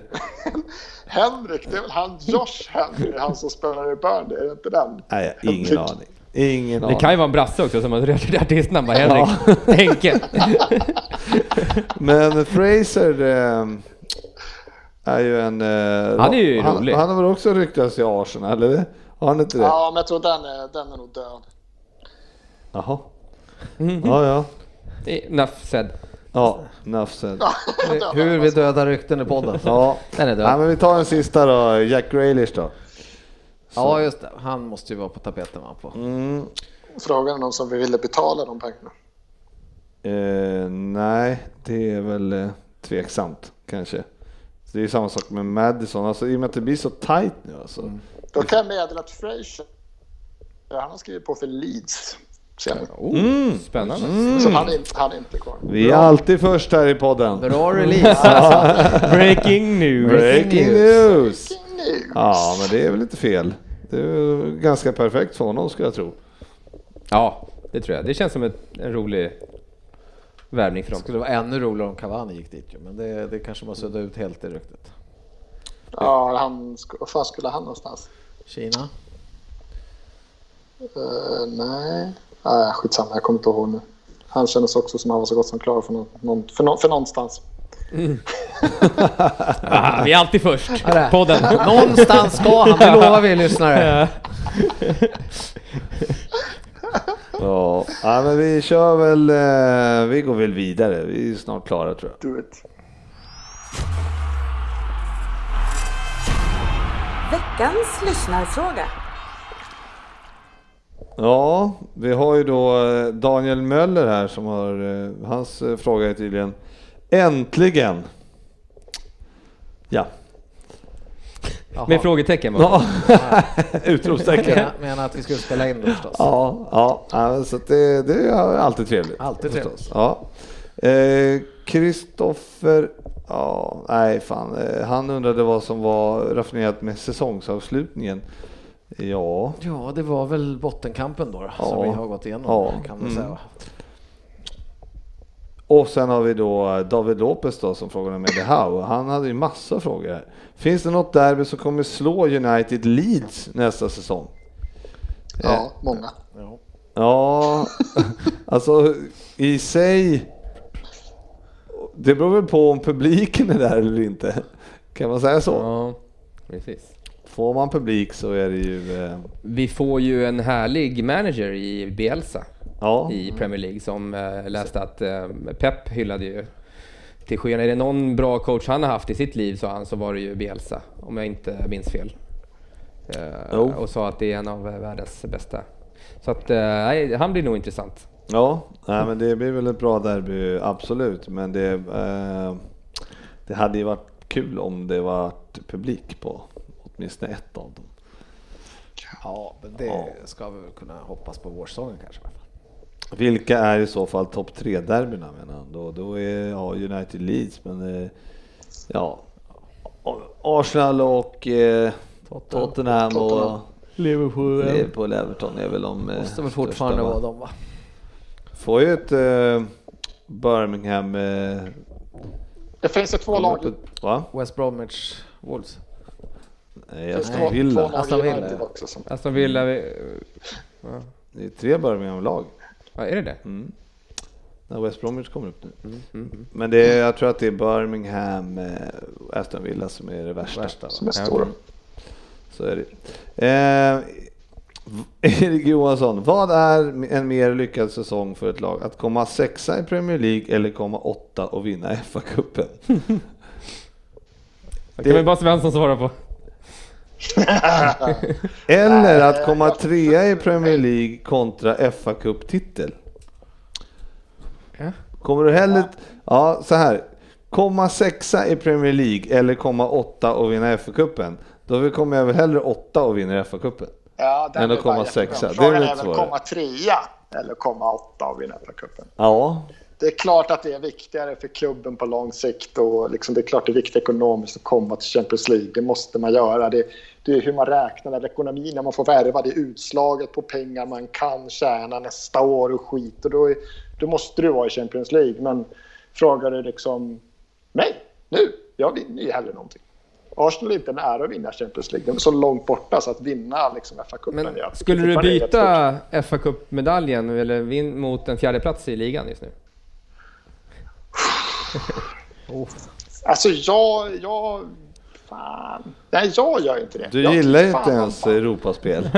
D: Henrik, det är väl han Josh Henry, han som spelar i Burnley, är det inte den?
B: Nej, ingen
D: Henrik.
B: aning. Ingen
E: Det kan
B: aning.
E: ju vara en brasse också som har rätt artistnamn bara Henrik. Henke.
B: Men Fraser eh, är ju en... eh,
E: Han är ju
B: han,
E: rolig.
B: Han har väl också ryktats i Arsenal, eller? Har han inte det?
D: Ja, men jag tror den är, den är nog död.
B: Jaha. Ja, ja.
E: Enough said.
B: Ja, enough said.
C: Hur vi dödar rykten i podden.
B: Ja.
C: Den är död.
B: Nej, men vi tar en sista då. Jack Grealish då.
C: Ja, just det. Han måste ju vara på tapeten va? På.
D: Frågan är någon som vi ville betala de pengarna.
B: Eh, nej, det är väl eh, tveksamt kanske. Så Det är ju samma sak med Madison. Alltså, I och med att det blir så tight nu alltså.
D: Då kan jag meddela att Frazier, ja, han har skrivit på för Leeds senare.
E: Oh, Spännande.
D: Så han är, inte- han är inte kvar.
B: Vi är alltid först här i podden.
C: Bra release alltså.
E: Breaking news.
B: Breaking
C: Breaking
B: news!
D: Nej,
B: Ja, men det är väl inte fel. Det är väl ganska perfekt för honom skulle jag tro.
E: Ja, det tror jag. Det känns som ett, en rolig värvning för dem.
C: Det skulle vara ännu roligare om Cavani gick dit ju, men det, det kanske man suddar ut helt i ryktet.
D: Ja, han, sk- var fan skulle han någonstans?
C: Kina?
D: Eh, nej. nej, skitsamma, jag kommer inte ihåg nu. Han kändes också som han var så gott som klar för, nå- någon, för, nå- för någonstans.
E: Ah, vi är alltid först.
C: Ja, det.
E: Podden.
C: Någonstans ska han, det lovar vi lyssnare.
B: Ja, ja men vi kör väl. Eh, vi går väl vidare. Vi är snart klara tror jag.
D: Du vet.
F: Veckans lyssnarfråga.
B: Ja, vi har ju då eh, Daniel Möller här som har, eh, hans eh, fråga är tydligen Äntligen! Ja,
E: Med frågetecken va?
B: ja. utropstecken.
C: Mena- Menar att vi skulle spela in då förstås.
B: Ja, ja, ja, så att det, det är alltid trevligt.
C: Alltid trevligt.
B: förstås. Ja. Eh, Kristoffer, ja, nej fan, eh, han undrade vad som var raffinerat med säsongsavslutningen. Ja,
C: Ja, det var väl bottenkampen då, då som
B: Ja.
C: Mm. vi har gått igenom
B: Ja.
C: kan man
B: Mm.
C: säga. va?
B: Och sen har vi då David Lopez då som frågade om Eddie Howe. Han hade ju massa frågor här. Finns det något derby som kommer slå United Leeds nästa säsong? Eh.
D: Ja, många.
B: Ja, alltså i sig. Det beror väl på om publiken är där eller inte. Kan man säga så?
E: Ja, precis.
B: Får man publik så är det ju... eh,
E: Vi får ju en härlig manager i Bielsa
B: Ja,
E: i
D: Mm.
E: Premier League som eh, läste att eh, Pep hyllade ju till skyn. Är det någon bra coach han har haft i sitt liv, sa han, så var det ju Bielsa. Om jag inte minns fel. Eh,
B: Jo.
E: och sa att det är en av eh, världens bästa. Så att, eh, nej, han blir nog intressant.
B: ja nej, men det blir väl ett bra derby, absolut. Men det, eh, det hade ju varit kul om det varit publik på åtminstone ett av dem.
C: Ja, men det ska vi väl kunna hoppas på vårsäsongen kanske.
B: Vilka är i så fall topp tre derbyna menar han? Då, då är ja, United Leeds, men eh, ja, A- Arsenal och eh, Tottenham, och
C: Liverpool.
B: Liverpool Everton är väl de eh,
C: Måste
B: största,
C: väl fortfarande
B: va?
C: vara de va?
B: Får ju ett eh, Birmingham... Eh,
D: Det finns ju två lag.
B: va?
C: West Bromwich Wolves.
B: Nej,
D: Det ska
B: Aston
D: vara två
B: Villa.
D: lag
C: Aston
D: i
C: Villa,
D: United
C: ja.
D: också. Som,
E: Aston
D: Mm.
E: Villa, Alltså, vi,
B: Det är tre Birmingham-lag.
E: ja, är det det?
D: Mm.
B: När West Bromwich kommer upp nu. Men det är, jag tror att det är Birmingham, eh, Aston Villa som är det värsta. va?
D: som är stora.
B: Så är det. Eh, Erik Johansson, vad är en mer lyckad säsong för ett lag? Att komma sexa i Premier League eller komma åtta och vinna FA-cupen?
E: Det kan väl bara Svensson svara på.
B: Eller att komma trea i Premier League kontra FA-cup-titel?
E: Ja.
B: Kommer du hellre... Ja, så här. Komma sexa i Premier League eller komma åtta och vinna FA-cupen? Då kommer jag väl hellre åtta och vinna FA-cupen.
D: Ja, den
B: Men att
D: är bara
B: komma
D: jättebra.
B: sexa, det är
D: Frågan
B: väl
D: är väl
B: svårare.
D: komma trea eller komma åtta och vinna FA-cupen.
B: Ja,
D: Det är klart att det är viktigare för klubben på lång sikt och liksom det är klart det är viktigt ekonomiskt att komma till Champions League. Det måste man göra. Det, det är hur man räknar, det är ekonomin när man får värva, det är utslaget på pengar man kan tjäna nästa år och skit. Och då, är, då måste du vara i Champions League. Men frågar du liksom mig nu, jag vinner ju hellre någonting. Arsenal är inte nära att vinna Champions League. De är så långt borta så att vinna liksom
E: Men
D: FA-cupen... jag-
E: skulle du
D: fortfarande är jättestort.
E: byta FA-cupmedaljen eller vin mot en fjärde plats i ligan just nu?
D: Alltså jag, jag... Fan. Nej, jag gör inte det.
B: du
D: jag
B: gillar ju
D: fan
B: inte
D: vad
B: ens
D: fan.
B: Europaspel.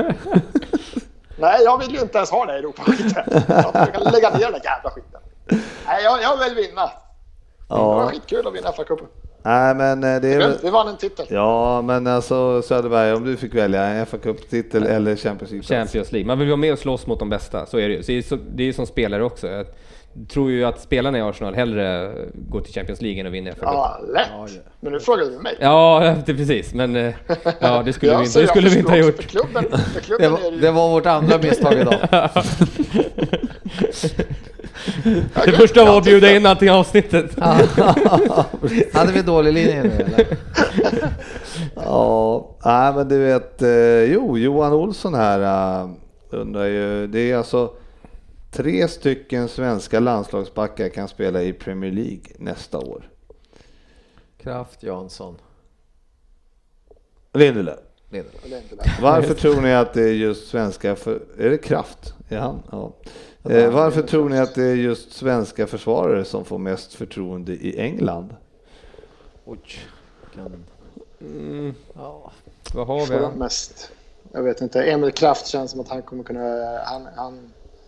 D: Nej, jag vill ju inte ens ha det i Europaskiten. Jag kan lägga ner den där jävla skiten. Nej, jag, jag vill vinna. Det var
B: Ja,
D: skitkul att vinna FA-cupen.
B: nej men eh, det är väl...
D: Skönt, Vi vann en titel.
B: Ja, men alltså Söderberg, om du fick välja en FA Cup-titel eller Champions League-plats?
E: Champions League. Man vill vara med och slåss mot de bästa, så är det ju. Så det, är så, det är ju som spelare också. Jag tror ju att spelarna i Arsenal hellre går till Champions League än att vinna FA Cup.
D: Ja, lätt. Men nu frågade du mig.
E: Ja, det, precis. Men eh, ja, det skulle
D: Ja,
E: vi
D: så
E: inte, det
D: jag
E: skulle vi inte
D: förstår
E: ha
D: också, För
E: gjort.
D: klubben, för
C: Det
D: klubben är
C: var,
D: det
C: det
D: ju...
C: var vårt andra misstag idag.
E: Det första var att bjuda in allt i avsnittet.
C: Hade vi dålig linje nu eller?
B: Ja, nej men du vet, eh, jo, Johan Olsson här eh, undrar ju, det är alltså tre stycken svenska landslagsbackar kan spela i Premier League nästa år.
C: Kraft Jansson.
B: Lindelöf,
C: Lindelöf.
B: varför tror ni att det är just svenska, för, är det Kraft? Är han? Ja. Eh, varför tror ni att det är just svenska försvarare som får mest förtroende i England?
C: Oj. Kan... Ja.
E: Vad har vi?
D: För mest. Jag vet inte. Emil Kraft känns som att han kommer kunna... Han, han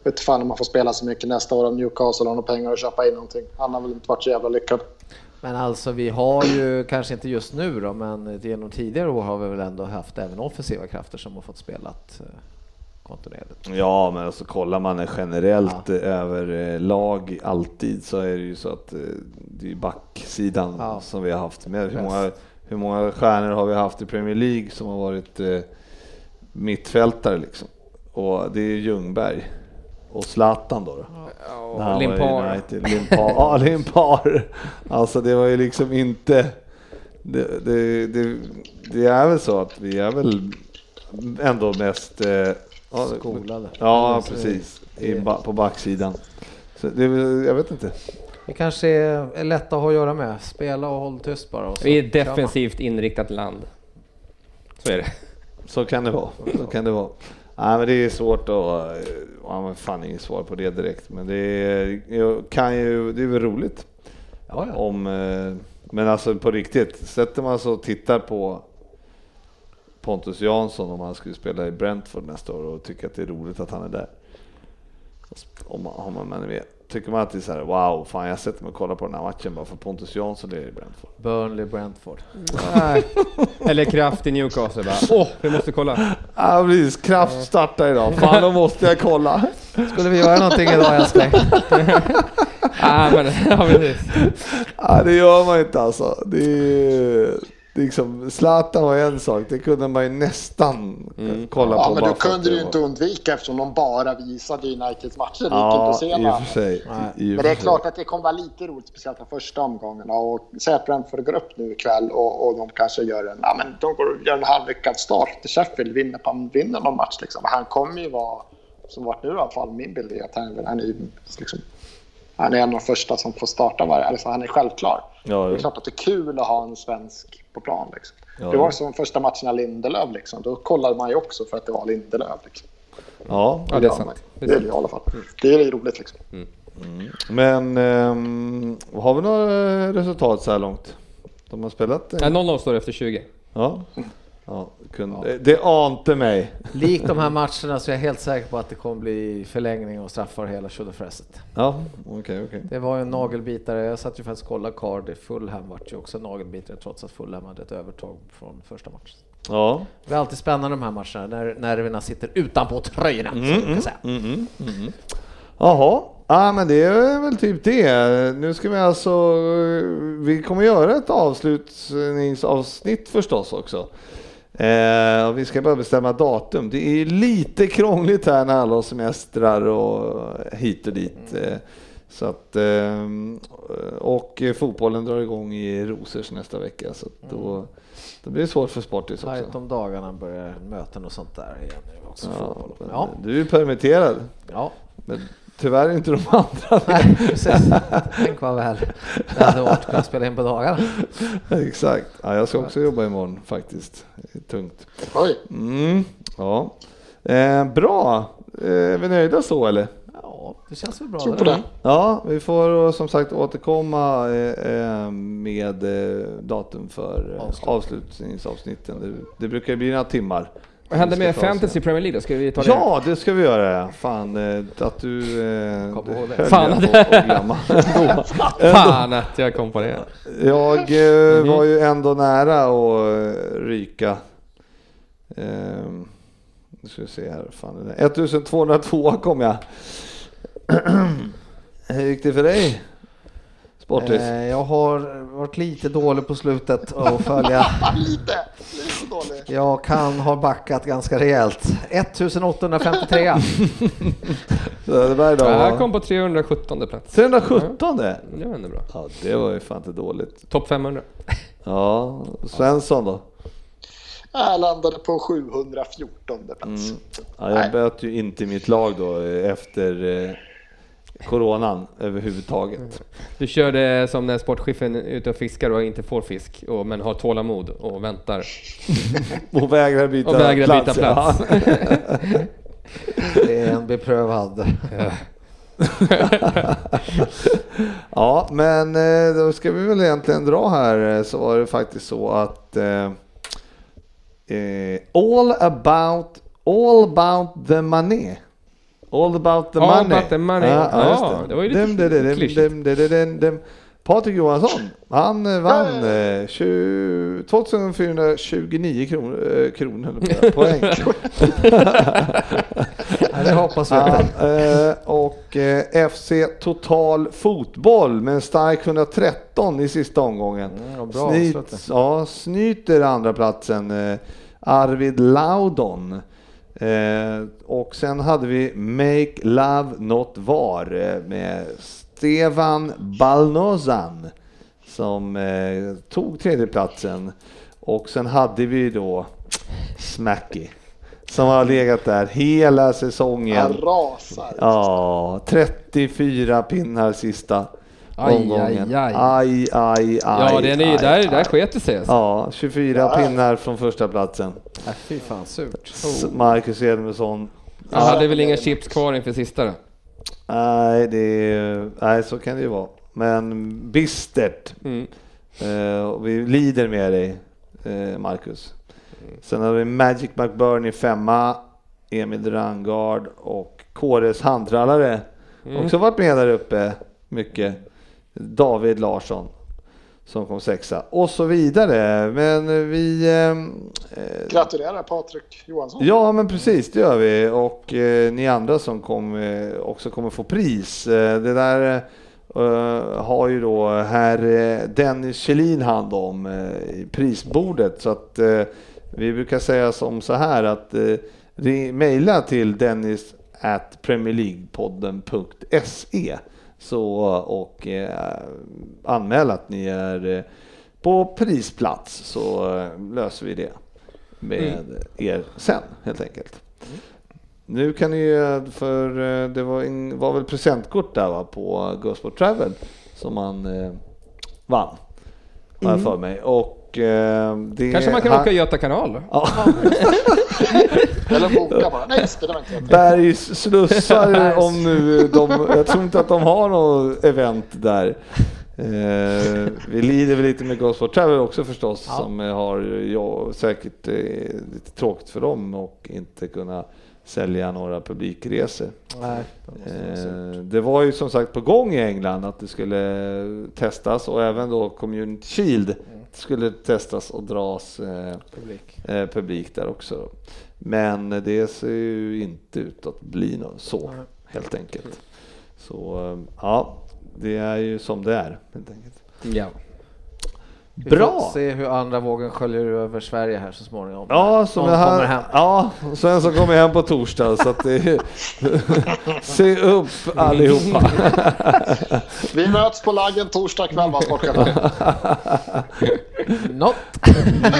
D: vet fan om han får spela så mycket nästa år. Om Newcastle har några pengar att köpa in någonting. Han har väl inte varit så jävla lyckad.
C: Men alltså vi har ju, kanske inte just nu då, men genom tidigare år har vi väl ändå haft även offensiva krafter som har fått spelat eh, kontinuerligt.
B: Ja, men alltså kollar man generellt över eh, lag alltid så är det ju så att eh, det är ju backsidan
C: Ja.
B: som vi har haft. Med. Hur,
C: Bäst.
B: många, hur många stjärnor har vi haft i Premier League som har varit eh, mittfältare liksom? Och det är ju Ljungberg och Zlatan då. då. När han var i
E: Limpar.
B: United. Limpar. Ja, Limpar. Alltså det var ju liksom inte... Det, det, det, det är väl så att vi är väl ändå mest... Eh, ja,
C: Skolade.
B: Ja,
C: Alltså,
B: precis. I, ba- på backsidan. Så det, är väl- jag vet inte.
C: Vi kanske är är lätta att ha att göra med. Spela och håll tyst bara. Och så
E: Vi är ett
C: kör man.
E: defensivt inriktat land. Så är det.
B: Så kan det vara. Så kan det vara. Nej, men det är svårt att... eh, Ja, men fan inget svar på det direkt. Men det är, jag kan ju, det är väl roligt.
C: Ja, ja.
B: Om, eh, men alltså på riktigt, sätter man sig och tittar på Pontus Jansson om han skulle spela i Brentford nästa år och tycker att det är roligt att han är där. Om man, om man, men, tycker man att det är så här, wow, fan jag sätter mig och kollar på den här matchen bara för Pontus Jansson är i Brentford.
C: Burnley Brentford.
E: Eller kraft i Newcastle bara. Åh, vi måste kolla.
B: Ah, precis, kraft startar idag, fan då måste jag kolla.
C: Skulle vi göra någonting idag älskling?
E: Ah, men, ja, precis.
B: Ja, det gör man inte alltså. Det är, det är liksom, Zlatan var en sak, det kunde man ju nästan
E: Mm.
B: kolla
D: Ja,
B: på.
D: men
B: bara
D: då
B: för att
D: kunde
B: det
D: du ju
B: var-
D: inte undvika eftersom de bara visade Uniteds matcher. Det gick inte
B: Ja,
D: att
B: i
D: se något
B: och
D: annat.
B: för sig. I och
D: Men det är
B: för
D: klart
B: sig.
D: att det kommer vara lite roligt, speciellt de första omgångarna. Och säg att Brentford går upp nu ikväll och, och de kanske gör en, ja, men de går, gör en halvlyckad start till Sheffield, vinner, på- vinner någon match. Liksom. Han kommer ju vara, som varit nu i alla fall, min bild är att han, han, är, ju liksom, han är en av de första som får starta varje, alltså han är självklar.
B: Ja,
D: det
B: jo.
D: är klart att det är kul att ha en svensk på plan. Liksom.
B: Ja,
D: det
B: jo.
D: var som första matcherna Lindelöf, liksom. då kollade man ju också för att det var Lindelöf. Liksom.
B: Ja,
E: Ja, det är sant.
D: Det är det i alla fall. Det är ju roligt liksom.
B: men ehm, har vi några resultat så här långt? De har spelat? eh,
E: Ja, 0-0 står det efter 20.
B: Ja. ja, kunde, Det ante mig.
C: Likt de här matcherna så är jag helt säker på att det kommer bli förlängning och straffar hela tjodderfräset.
B: Ja, okej, okej.
C: Det var ju en nagelbitare. Jag satt ju faktiskt och kollade Cardiff. Fulham vart ju också en nagelbitare trots att Fulham hade ett övertag från första matchen.
B: Ja.
C: Det är alltid spännande de här matcherna när nerverna sitter utanpå tröjorna. så man kan säga.
B: Jaha, ja, men det är väl typ det. Nu ska vi alltså, vi kommer göra ett avslutningsavsnitt förstås också. Eh, och vi ska bara bestämma datum. Det är ju lite krångligt här när alla har semestrar och hit och dit. Eh, Så att, eh, och fotbollen drar igång i Rosers nästa vecka. Så att då, då blir det svårt för Sportis
C: Tajt
B: också.
C: om dagarna börjar möten och sånt där igen. nu Också
B: Ja,
C: fotboll.
B: men
C: ja,
B: Du är ju permitterad,
C: ja.
B: men tyvärr inte de andra.
C: Nej, precis. Tänk vad väl det hade varit att kunna spela in på dagarna.
B: Exakt. Ja, jag ska också jobba imorgon faktiskt. Det är tungt.
D: Oj.
B: Mm, ja. Eh, bra. Eh, är vi nöjda så eller?
C: Ja, det känns väl bra.
D: Tror
C: där.
D: på det.
B: Ja, vi får eh, som sagt återkomma eh, eh, med eh, datum för eh,
C: Avslut.
B: avslutningsavsnitten. Det, det brukar bli några timmar.
E: Vad hände
B: Vi ska
E: med
B: ta oss
E: Fantasy
B: igen.
E: Premier League då? Ska vi ta det?
B: Ja, det ska vi göra. ja. Fan, eh, att du... Eh,
C: Kom ihåg det.
B: höll
E: Fan.
B: jag på att glömma.
E: Fan att jag kom på det.
B: Jag eh,
E: Mhm.
B: var ju ändå nära att eh, ryka. Ehm, Nu ska vi se här. Fan, den är- 1202 kom jag. Hur gick det för dig? Sportis?
C: Eh, jag har varit lite dålig på slutet att följa.
D: Lite, lite dålig.
C: Jag kan ha backat ganska rejält. 1853.
B: Söderberg då?
E: Jag
B: va?
E: kom på 317 plats.
B: 317 det?
E: Det var ändå bra.
B: Ja, det var ju fan inte dåligt.
E: Topp 500.
B: Ja, Svensson då?
D: Jag landade på 714 plats.
B: Ja, jag böt ju inte mitt lag då eh, efter eh, coronan överhuvudtaget.
E: Du körde som när sportchefen är ute och fiskar och inte får fisk, och, men har tålamod och väntar.
B: Och vägrar byta
E: Och vägrar
B: plats.
E: byta
B: ja.
E: plats.
C: Det är en beprövad.
B: Ja, men eh, då ska vi väl egentligen dra här eh, så var det faktiskt så att eh, eh, all about all about the money. All about the
E: All
B: money.
E: about the money.
B: Ja, ja, just
E: Ja, det var ju lite
B: Dem, dem, dem, dem,
E: klyschigt.
B: dem, dem, dem, dem. Patrik Johansson, han eh, vann eh, 20, 2429 kronor, eh, kronor eller poäng.
C: Ja, det hoppas vi
B: Ja,
C: att
B: eh, och eh, FC Total Fotboll med en stark 113 i sista omgången.
C: Mm, och bra
B: Snyt-
C: avslut.
B: ja, snyter andra platsen eh, Arvid Laudon. Eh, och sen hade vi Make Love Not Var eh, med Stefan Balnozan som eh, tog tredjeplatsen. Och sen hade vi då Smacky som har legat där hela säsongen.
D: Han rasar.
B: Ja, 34 pinnar sista.
E: Aj,
B: omgången.
E: aj, aj.
B: aj, aj,
E: Ja, den är ju
B: aj,
E: där,
B: aj.
E: där sket det sig. alltså.
B: Ja, 24 pinnar från första platsen.
C: Äh, fy fan, surt.
B: S- Marcus Hjelmersson.
E: Jag hade väl inga chips kvar inför sista då.
B: Nej, det är, nej, så kan det ju vara. Men bistert. Eh, och vi lider med dig, eh, Marcus. Sen har vi Magic McBurney femma, Emil Rangard och Kåres handtrallare. Också varit med där uppe mycket. David Larsson som kom sexa och så vidare. Men vi... ehm, eh,
D: Gratulerar Patrik Johansson.
B: Ja, men precis, det gör vi. Och eh, ni andra som kom, eh, också kommer få pris. Eh, det där eh, har ju då herr eh, Dennis Kjellin hand om eh, i prisbordet. Så att eh, vi brukar säga som så här att eh, ring- mejla till Dennis at premierleaguepodden.se så, och eh, anmäl att ni är eh, på prisplats så eh, löser vi det med
E: Mm.
B: er sen helt enkelt. Nu kan ni ju, för eh, det var, in, var väl presentkort där va, på Gosport Travel som man eh, vann, har jag för mig. Och, eh, det,
E: Mm. Kanske man kan
B: han-
E: åka Göta kanal då?
D: Eller boka bara. Nej, just det, det var inte det.
B: Bergs slussar om nu de, jag tror inte att de har något event där. Eh, vi lider väl lite med Gosport Travel också förstås som eh, har ja, säkert eh, lite tråkigt för dem och inte kunna sälja några publikresor.
C: Nej.
B: Eh, det var ju som sagt på gång i England att det skulle testas och även då Community Shield skulle testas och dras eh,
C: Publik.
B: eh, publik där också. Men det ser ju inte ut att bli nå- så helt enkelt. Så eh, ja, det är ju som det är helt enkelt.
E: Ja.
C: Vi
B: Bra!
C: får se hur andra vågen sköljer över Sverige här så småningom.
B: Ja, som
C: Någon
B: jag
C: kommer
B: här,
C: hem.
B: ja, Svensson kommer hem på torsdag så att det, se upp allihopa.
D: Vi möts på laggen torsdag kväll, va, sportchefen?
C: Något.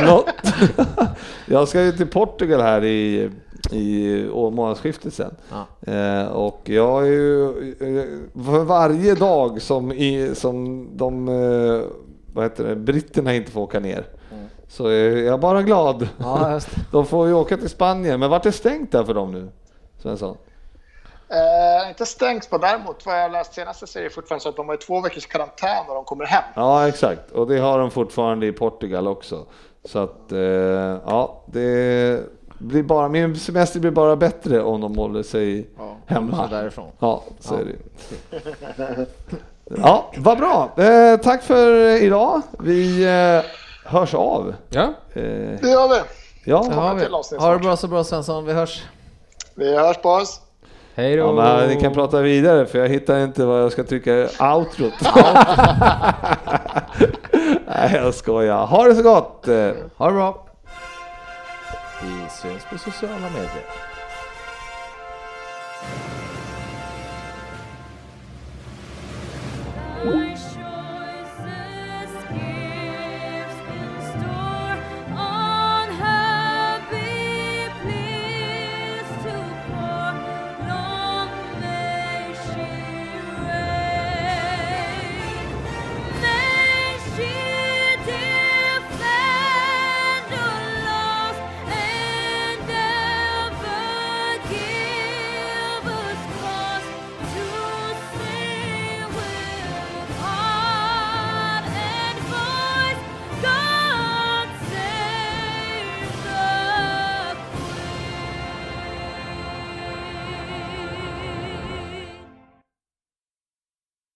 B: Något. Jag ska ju till Portugal här i, i å- månadsskiftet sen. Eh, och jag är ju, eh, för varje dag som, i, som de, eh, vad heter det, britterna inte får åka ner. Så är jag bara glad.
C: Ja, just det.
B: De får ju åka till Spanien, men vart är stängt där för dem nu? Svensson?
D: Eh, inte stängt på däremot. Vad jag läst senast så är det fortfarande så att de har ju två veckors karantän när de kommer hem.
B: Ja, exakt. Och det har de fortfarande i Portugal också. Så att, eh, ja, det blir bara, min semester blir bara bättre om de håller sig hemma.
C: så därifrån.
B: Ja, så är det ju. Ja, vad bra. Eh, tack för idag. Vi eh, hörs av.
E: Ja,
B: Eh,
D: Det gör vi.
B: ja,
C: Har vi.
D: till avsnitt
C: Ha det
D: snart.
C: bra så bra Svensson, vi hörs.
D: Vi hörs på oss.
E: hej då.
B: ja men ni kan prata vidare för jag hittar inte vad jag ska trycka outrot. Nej, jag skojar. Ha det så gott. Eh,
C: Ha det bra. Vi syns på sociala medier.